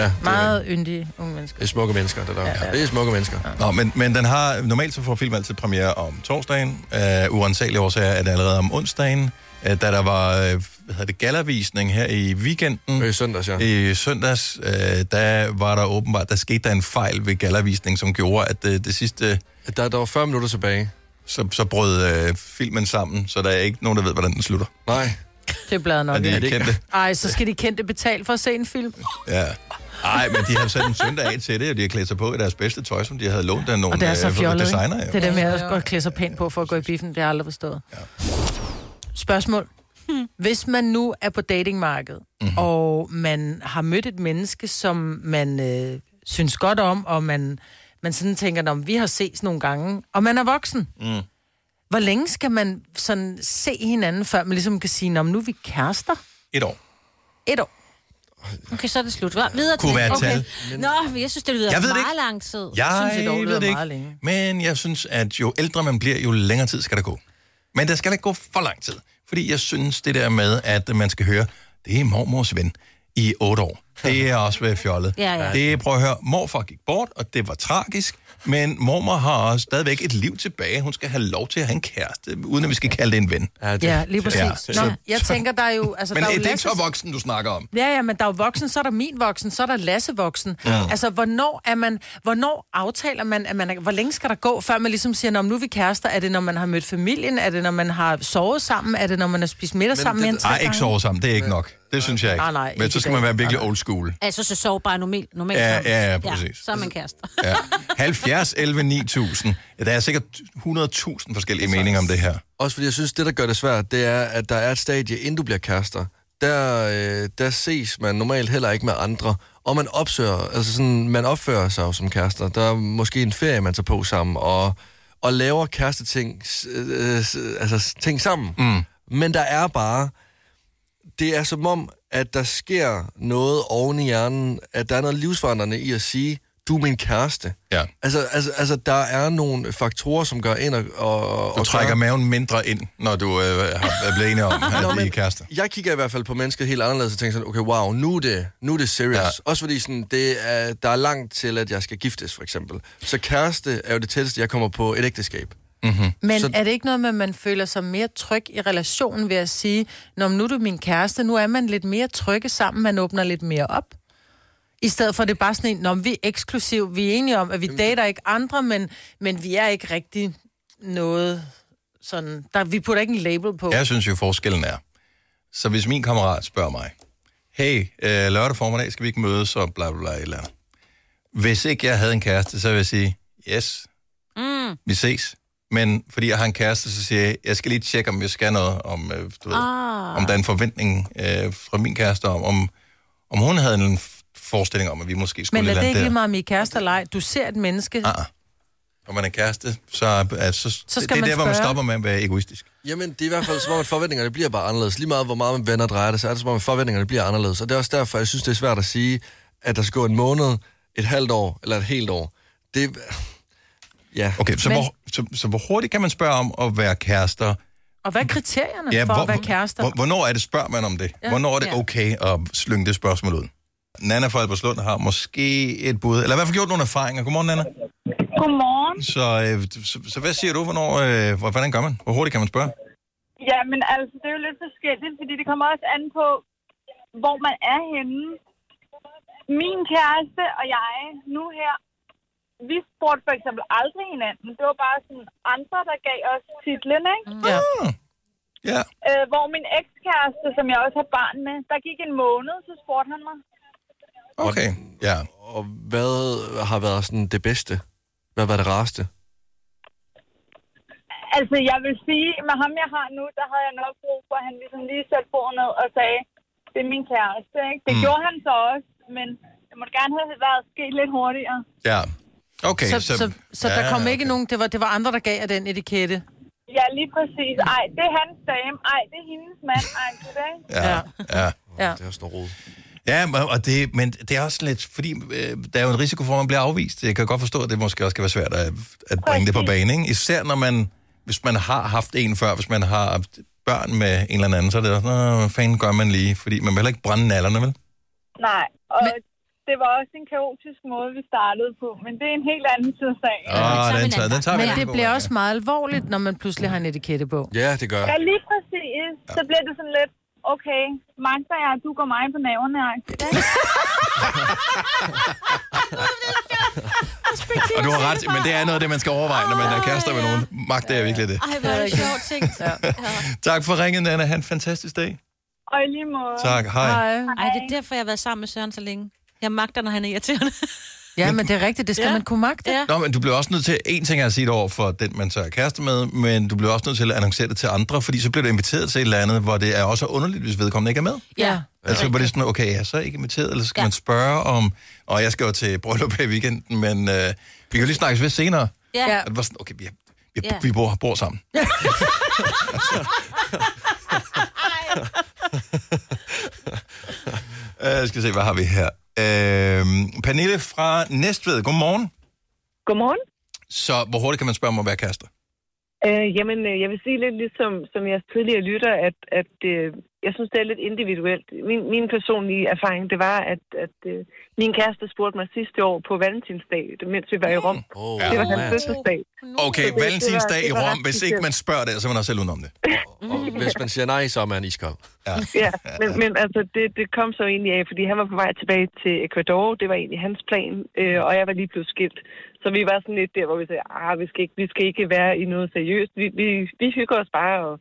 C: Ja, det,
B: Meget yndige unge mennesker.
C: det er smukke mennesker, det der.
B: Ja, ja.
C: Ja. Det er smukke mennesker.
A: Nå, men, men den har, normalt så får film altid premiere om torsdagen. Øh, uansagelige årsager er det allerede om onsdagen. Øh, da der var, øh, hvad hedder det, gallavisning her i weekenden,
C: Øh, søndags, ja.
A: i søndags, øh, der var der åbenbart, der skete der en fejl ved gallavisning, som gjorde, at øh, det sidste,
C: Der, der var 40 minutter tilbage.
A: så, så brød øh, filmen sammen, så der er ikke nogen, der ved, hvordan den slutter.
C: Nej,
B: Det er bladet nok.
A: Okay. Er
C: er
A: det
C: det ikke-
A: kendte?
B: Ej, så skal de kendte betale for at se en film.
A: Ja. Nej, men de har sat en søndag af til det, og de har klædt sig på i deres bedste tøj, som de havde lånt af nogle
B: Og det er så
A: øh,
B: fjollet, ikke?
A: designer.
B: Det der med at også godt klæde sig pænt på for at gå i biffen, det har jeg aldrig forstået. Spørgsmål.
D: Hmm.
B: Hvis man nu er på datingmarkedet,
A: Mhm.
B: mm-hmm. og man har mødt et menneske, som man øh, synes godt om, og man, man sådan tænker, om vi har ses nogle gange, og man er voksen. Mm. Hvor længe skal man sådan se hinanden, før man ligesom kan sige, "Nå, men nu er vi kærester?
A: Et år.
B: Et år.
D: Okay, så er det slut. Hva? Videre til
A: Kunne være et
D: næste.
A: tal.
D: okay. Nå, jeg synes, det lyder
A: Jeg ved det
D: meget
A: ikke.
D: lang tid.
A: Jeg
B: synes, et år
A: synes, ved
B: lyder
A: det ikke,
B: meget længe.
A: men jeg synes, at jo ældre man bliver, jo længere tid skal der gå. Men der skal ikke gå for lang tid, fordi jeg synes det der med, at man skal høre, det er mormors ven i otte år. Det er også været fjollet.
D: Ja, ja.
A: Det prøv at høre, morfar gik bort, og det var tragisk, men mormor har også stadigvæk et liv tilbage. Hun skal have lov til at have en kære, uden at vi skal kalde det en ven.
C: Ja, det,
B: Ja, lige
A: Ja.
B: præcis. Ja. Nå,
A: Altså, Så-
B: jeg tænker, der er jo... Altså,
A: Men
B: der er jo
A: det er ikke
B: Lasses-
A: så voksen, du snakker om.
B: Ja, ja, men der er jo voksen, så er der min voksen, så er der Lasse voksen. Ja. Altså, hvornår, er man, hvornår aftaler man, at man er, hvor længe skal der gå, før man ligesom siger, "Nå, men nu er vi kærester? Er det, når man har mødt familien? Er det, når man har sovet sammen? Er det, når man har spist middag sammen? mere end tre
A: Nej, ikke
B: gange?
A: sove sammen. Det er ikke nok. Det synes jeg ikke.
B: Nej, nej,
A: Men
B: ikke
A: så
B: i
A: skal
B: dag.
A: man være virkelig old school.
D: Altså, så sov bare normalt. normalt
A: Ja,
D: sammen.
A: ja, ja, præcis.
D: så er man kærester.
A: Ja. 70, 11, 9000. Ja, Der er sikkert 100.000 forskellige meninger om det her.
C: Også fordi jeg synes, det, der gør det svært, det er, at der er et stadie, inden du bliver kærester. Der, øh, der ses man normalt heller ikke med andre, og man opsøger, altså sådan, man opfører sig jo som kærester. Der er måske en ferie, man tager på sammen, og, og laver kæresteting, s- øh, s- altså s- ting sammen. Mm. Men der er bare, det er som om, at der sker noget oven i hjernen, at der er noget livsforandrende i at sige, du er min kæreste.
A: Ja.
C: Altså, altså, altså der er nogle faktorer, som gør ind og... og
A: Du
C: og gør-
A: trækker maven mindre ind, når du øh, har- er blevet enig om,
C: Nå,
A: at I er
C: men
A: kærester.
C: Jeg kigger i hvert fald på mennesket helt anderledes og tænker sådan, okay, wow, nu er det, nu er det serious.
A: Ja.
C: Ja. Også fordi sådan, det er, der er langt til, at jeg skal giftes, for eksempel. Så kæreste er jo det tætteste, jeg kommer på et ægteskab.
A: Mm-hmm.
B: Men så... er det ikke noget med, at man føler sig mere tryg i relationen ved at sige, Nå, men nu er du min kæreste, nu er man lidt mere trygge sammen, man åbner lidt mere op? I stedet for, at det er bare sådan en, Nå, men vi er eksklusiv, vi er enige om, at vi dater ikke andre, men, men vi er ikke rigtig noget sådan... Der, vi putter ikke en label på.
A: Jeg synes jo, forskellen er. Så hvis min kammerat spørger mig, hey, øh, lørdag formiddag skal vi ikke mødes, og bla bla bla, et eller andet. Hvis ikke jeg havde en kæreste, så ville jeg sige, yes,
D: Mm.
A: vi ses. Men fordi jeg har en kæreste, så siger jeg, jeg skal lige tjekke, om jeg skal noget, om, øh, du ved,
D: Ah.
A: om der er en forventning øh, fra min kæreste, om, om, om hun havde en forestilling om, at vi måske skulle et
B: Men er
A: eller andet
B: det ikke lige
A: der.
B: meget, om I er kæreste eller ej? Du ser et menneske.
A: Ah, ah. Når man er kæreste, så, er- så, så
B: skal
A: det er
B: man
A: der, hvor man
B: spørge.
A: stopper med at være egoistisk.
C: Jamen, det er i hvert fald som om, at forventningerne bliver bare anderledes. Lige meget, hvor meget man vender og drejer det, så er det som om, at forventningerne bliver anderledes. Og det er også derfor, jeg synes, det er svært at sige, at der skal gå en måned, et halvt år eller et helt år. Det... Ja.
A: Okay, så,
B: Men-
A: hvor, så, så hvor hurtigt kan man spørge om at være kærester?
B: Og hvad er kriterierne ja, for at være kærester?
A: Hvor, hvornår er det, spørger man om det?
B: Ja.
A: Ja. Hvornår er det
B: Ja.
A: okay at slynge det spørgsmål ud? Nana fra Alberslund har måske et bud, eller i hvert fald gjort nogle erfaringer. Godmorgen, Nana.
M: Godmorgen.
A: Så, øh, så, så hvad siger du, hvornår, øh, hvor- hvordan gør man? Hvor hurtigt kan man spørge?
M: Ja, men altså, det er jo lidt forskelligt, fordi det kommer også an på, hvor man er henne. Min kæreste og jeg nu her, vi spurgte for eksempel aldrig hinanden. Det var bare sådan andre, der gav os titlen, ikke?
B: Ja.
A: Ja.
M: Øh, hvor min ekskæreste, som jeg også har barn med, der gik en måned, så spurgte han mig.
A: Okay, ja.
C: Og hvad har været sådan det bedste? Hvad var det rareste?
M: Altså, jeg vil sige, med ham, jeg har nu, der havde jeg nok brug for, at han ligesom lige satte foden ned og sagde, det er min kæreste, ikke? Det mm. gjorde han så også, men det måtte gerne have været sket lidt hurtigere.
A: Ja. Okay,
B: så, så, så, så der kom ikke nogen, det var, det var andre, der gav af den etikette.
M: Ja, lige præcis. Ej, det er hans dame. Ej, det er hendes mand. Ej, det er det.
A: Ja, ja.
B: Ja.
C: Det er også noget rod.
A: Ja, men- og det, men det er også lidt, fordi øh, der er jo en risiko for, at man bliver afvist. Jeg kan godt forstå, at det måske også kan være svært at, at bringe det på banen. Ikke? Især når man, hvis man har haft en før, hvis man har haft børn med en eller anden, så er det også, "Nå, hvad fanden gør man lige? Fordi man vil heller ikke brænde nallerne, vel?
M: Nej, og men... det var også en kaotisk måde, vi startede på, men det er en helt anden tidssag.
A: Åh, Ah, den tager, den tager vi
B: Men
A: den
B: det
A: på.
B: bliver også meget alvorligt, når man pludselig har en etikette på.
C: Ja, det gør
M: Ja,
C: jeg.
M: lige præcis. Så bliver det sådan lidt, okay, magter jeg, at du går mig på naverne, ej.
A: Og du har ret, men det er noget af det, man skal overveje, når man er kærester med nogen. Magter jeg virkelig det?
D: Ej, hvor er det sjovt ting.
B: Ja.
A: Tak for ringen, Anna. Ha' en fantastisk dag.
M: Og i lige måde.
A: Tak, hej.
B: Hej.
D: Ej, det er derfor, jeg har været sammen med Søren så længe. Jeg magter, når han er irriterende.
B: Ja, men det er rigtigt, det skal
D: Ja.
B: man kunne magte.
D: Ja.
A: Nå, men du bliver også nødt til, en ting er at sige det over for den, man så er kæreste med, men du bliver også nødt til at annoncere det til andre, fordi så bliver du inviteret til et eller andet, hvor det er også underligt, hvis vedkommende ikke er med.
B: Ja.
A: Altså, hvor det er sådan, okay, jeg er så ikke inviteret, eller skal
D: Ja.
A: man spørge om, og jeg skal jo til bryllup her i weekenden, men øh, vi kan jo lige snakkes ved senere.
D: Ja.
B: Ja.
D: ja.
A: Og det var sådan, okay, vi, vi,
D: Ja.
A: vi bor, bor sammen. Jeg skal se, hvad har vi her? Øh, Pernille fra Næstved, godmorgen.
M: Godmorgen.
A: Så hvor hurtigt kan man spørge om at være kærester?
M: Øh, jamen, øh, jeg vil sige lidt ligesom som jeg tidligere lytter, at, at øh, jeg synes, det er lidt individuelt. Min, min personlige erfaring, det var, at, at øh, min kæreste spurgte mig sidste år på valentinsdag, mens vi var i Rom.
C: Oh,
M: Det var
C: ja.
M: hans fødselsdag.
A: Okay,
M: det
A: valentinsdag i
M: var ret
A: Rom. Hvis ikke
M: specielt.
A: man spørger det, så er man også selv udenom det.
C: Og hvis man siger nej, så er man iskold.
M: Ja, men, men altså, det, det kom så egentlig af, fordi han var på vej tilbage til Ecuador. Det var egentlig hans plan, øh, og jeg var lige blevet skilt. Så vi var sådan lidt der, hvor vi sagde, ah, vi skal ikke, vi skal ikke være i noget seriøst. Vi, vi, vi hygger os bare, og,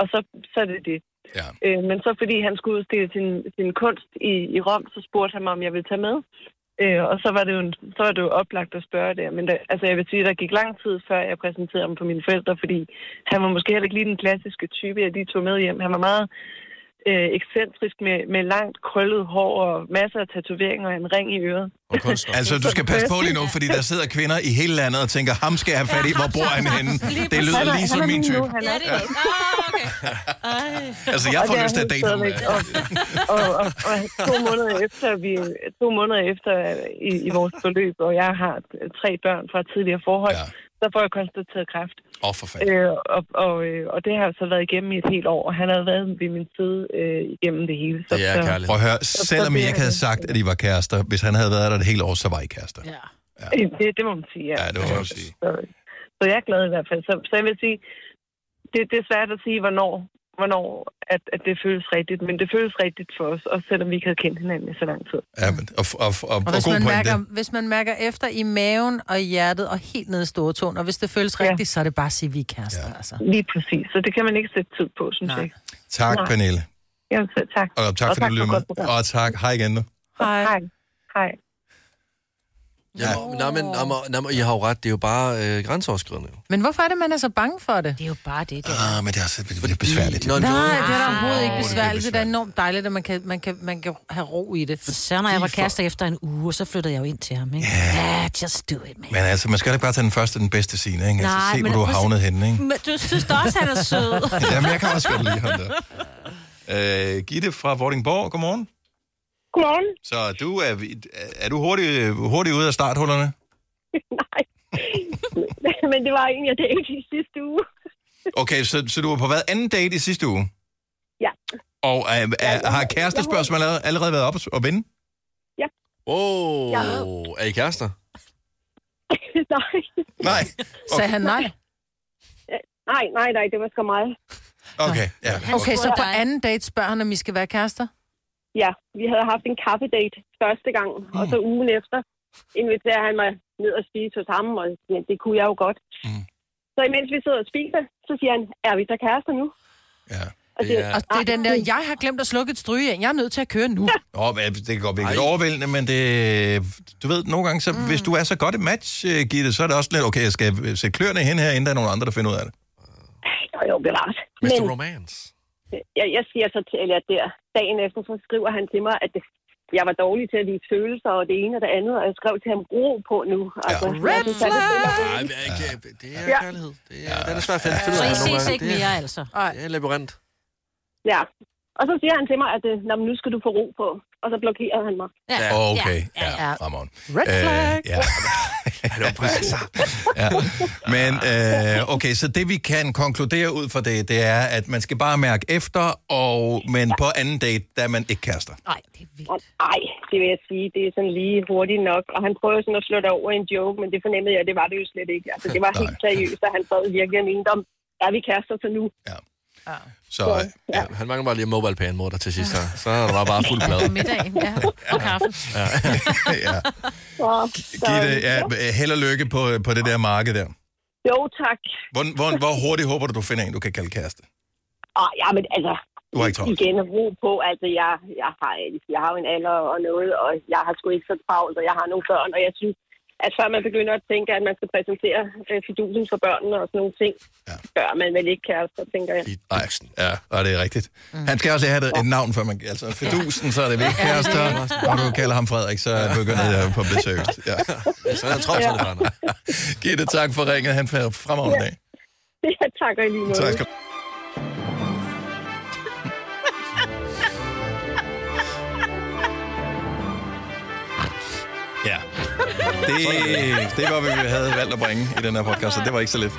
M: og så, så er det det.
A: Ja.
M: Øh, men så fordi han skulle udstille sin, sin kunst i, i Rom, så spurgte han mig, om jeg ville tage med. Øh, og så var, det jo en, så var det jo oplagt at spørge der. Men der, altså, jeg vil sige, der gik lang tid, før jeg præsenterede ham for mine forældre, fordi han var måske heller ikke lige den klassiske type, jeg lige tog med hjem. Han var meget øh, ekscentrisk med, med langt krøllet hår og masser af tatoveringer og en ring i øret.
C: Og kunstner.
A: Altså, du skal passe på lige nu, fordi der sidder kvinder i hele landet og tænker, ham skal jeg have fat i, hvor bor han henne? Det lyder lige som min type.
M: han
D: Ja, det er det. Ah, okay. Ej.
A: Altså, jeg
M: Og det
A: får
M: er
A: lyst til at
M: han
A: date ham.
M: stadigvæk. og, og, og to måneder efter, vi, to måneder efter øh, i, i vores forløb, og jeg har tre børn fra tidligere forhold,
A: Ja.
M: ja. så får jeg konstateret kræft.
A: Åh, oh, for fanden.
M: Øh, og, og, øh, og det har så været igennem i et helt år, og han har været ved min side øh, igennem det hele. Så,
C: Det er
M: så-
A: Prøv
C: kærlighed.
A: at høre, selvom I ikke havde sagt, at I var kærester, hvis han havde været der et helt år, så var I kærester.
M: Det, det må man sige, ja.
A: Ja, det må man sige.
M: Så, Så jeg er glad i hvert fald. Så, så jeg vil sige, det, det er svært at sige, hvornår, hvornår at, at det føles rigtigt. Men det føles rigtigt for os, også selvom vi ikke havde kendt hinanden i så lang tid.
A: Ja, men, og, og, og, og,
B: Og
A: god
B: hvis man,
A: pointe.
B: mærker, hvis man mærker efter i maven og i hjertet og helt ned i stortåen, og hvis det føles rigtigt, så er det bare at sige, at vi er kærester. Ja. Altså.
M: Lige præcis. Så det kan man ikke sætte tid på, synes jeg.
A: Tak,
M: Nej.
A: Pernille.
M: Jamen, så tak.
A: Og tak, fordi du lyttede med. Og tak. Hej igen nu.
B: Hej.
M: Hej. Hej.
C: Ja, men, nej, men, nej, men, nej, men, I har jo ret, det er jo bare øh, grænseoverskridende. Jo.
B: Men hvorfor er det, man er så bange for det?
D: Det er jo bare det, der.
A: Ah, men det er også det er besværligt.
C: Nå,
B: Nej,
C: det-
B: det er da overhovedet ikke
D: det er
B: besværligt. Det er da enormt dejligt, at man kan, man kan, man kan have ro i det.
D: Så når jeg var kærester efter en uge, så flyttede jeg jo ind til ham, ikke? Yeah. Yeah, just do it, man.
A: Men altså, man skal da ikke bare tage den første, den bedste scene, ikke? Altså,
D: Nej,
A: se, hvor
D: men
A: du har
D: prøv at se-
A: havnet henne, ikke?
D: Men du synes da også, han er sød.
A: Jamen, jeg kan også godt lide ham der. Øh, Gitte fra Vordingborg, godmorgen.
J: Godmorgen.
A: Så du er, er du hurtig, hurtig ude af starthullerne?
J: Nej. Men det var en, jeg delte i sidste uge.
A: Okay, så, så du var på hvad anden date i sidste uge?
J: Ja.
A: Og øh, er, har kærestespørgsmålet allerede- allerede været op at- at vinde?
J: Ja.
C: Wow,
J: Ja.
C: er I kærester?
J: nej.
A: Nej.
B: Sagde han nej?
J: Nej, nej, nej, det var sgu mig.
A: Okay, ja.
B: Okay, så på anden date spørger han, om I skal være kærester?
J: Ja, vi havde haft en kaffedate første gang, mm. og så ugen efter inviterer han mig ned og spise hos ham, og ja, det kunne jeg jo godt.
A: Mm.
J: Så imens vi sidder og spiser, så siger han, er vi så kærester nu?
B: Og
A: det- Ja.
B: det, og det er den der, jeg har glemt at slukke et stryge Jeg er nødt til at køre nu.
A: Nå, men det kan godt blive lidt overvældende, men det, du ved, nogle gange, så, mm. hvis du er så godt et match, øh, Gitte, så er det også lidt, okay, jeg skal øh, sætte kløerne hen her, inden der er nogen andre, der finder ud af det.
J: Jo, jo, bevares.
C: Mr. Romance.
J: jeg, jeg siger så til, eller der dagen efter, så skriver han til mig, at det, jeg var dårlig til at vise følelser og det ene og det andet, og jeg skrev til ham, ro på nu. Altså, ja.
B: Red
C: Nej, men, ikke- det er kærlighed. Det er, Den er svær at finde finde ud
D: Så
C: af.
D: I
C: nogle
D: ses
C: gange.
D: ikke
C: Det er-
D: mere, altså?
C: Det er en labyrint.
J: ja. Og så siger han til mig, at øh, "Nå, men nu skal du få ro på, og så blokerer han mig.
A: Ja. Okay, ja, ja, ja. Ramon.
B: Red flag.
A: Øh, ja. altså, ja. Men øh, okay, så det vi kan konkludere ud fra det, det er, at man skal bare mærke efter, og, men ja. på anden date, der er man ikke kærester.
D: Nej, det er vildt.
J: Nej, det vil jeg sige, det er sådan lige hurtigt nok, og han prøver sådan at slå det over i en joke, men det fornemmede jeg, det var det jo slet ikke. Altså, det var helt seriøst, og han sad virkelig og mente om, er vi kærester så nu?
A: Så, ja.
C: Ja. Han mangler bare lige mobile pæn mor der til sidst her. Så er der øh, bare, bare fuld plade.
D: Om middagen, ja. Og kaffen.
C: Ja.
A: ja.
J: Så, så,
A: Gitte, ja, held og lykke på, på det der marked der.
J: jo, tak.
A: Hvor, hvor, hvor hurtigt håber du, du finder en, du kan kalde kæreste?
J: Ah, ja, men altså,
A: Du har ikke travlt.
J: igen ro på. Altså, jeg, jeg, har, jeg har jo en alder og noget, og jeg har sgu ikke så travlt, og jeg har nogle børn, og jeg synes, at før man begynder at tænke, at man skal præsentere øh, fidusen for børnene og sådan nogle ting, ja. før man vel ikke kærester, tænker jeg.
A: Nej, ja, og det er rigtigt. Han skal også have et, et navn, før man... Altså, Fedusen, så er det vel kærester. Når du kalder ham Frederik, så begynder det på at blive seriøst. Ja.
C: Så er der travlt, så er det bare noget.
A: Gitte, tak for ringet. Han får fremragende dag.
J: Ja, tak og i lige måde.
A: Tak. Ja. Det, det var, hvad vi havde valgt at bringe i den her podcast, så det var ikke så let.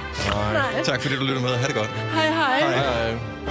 A: Tak fordi du lyttede med. Ha' det godt.
B: Hej, hej.
A: Hej.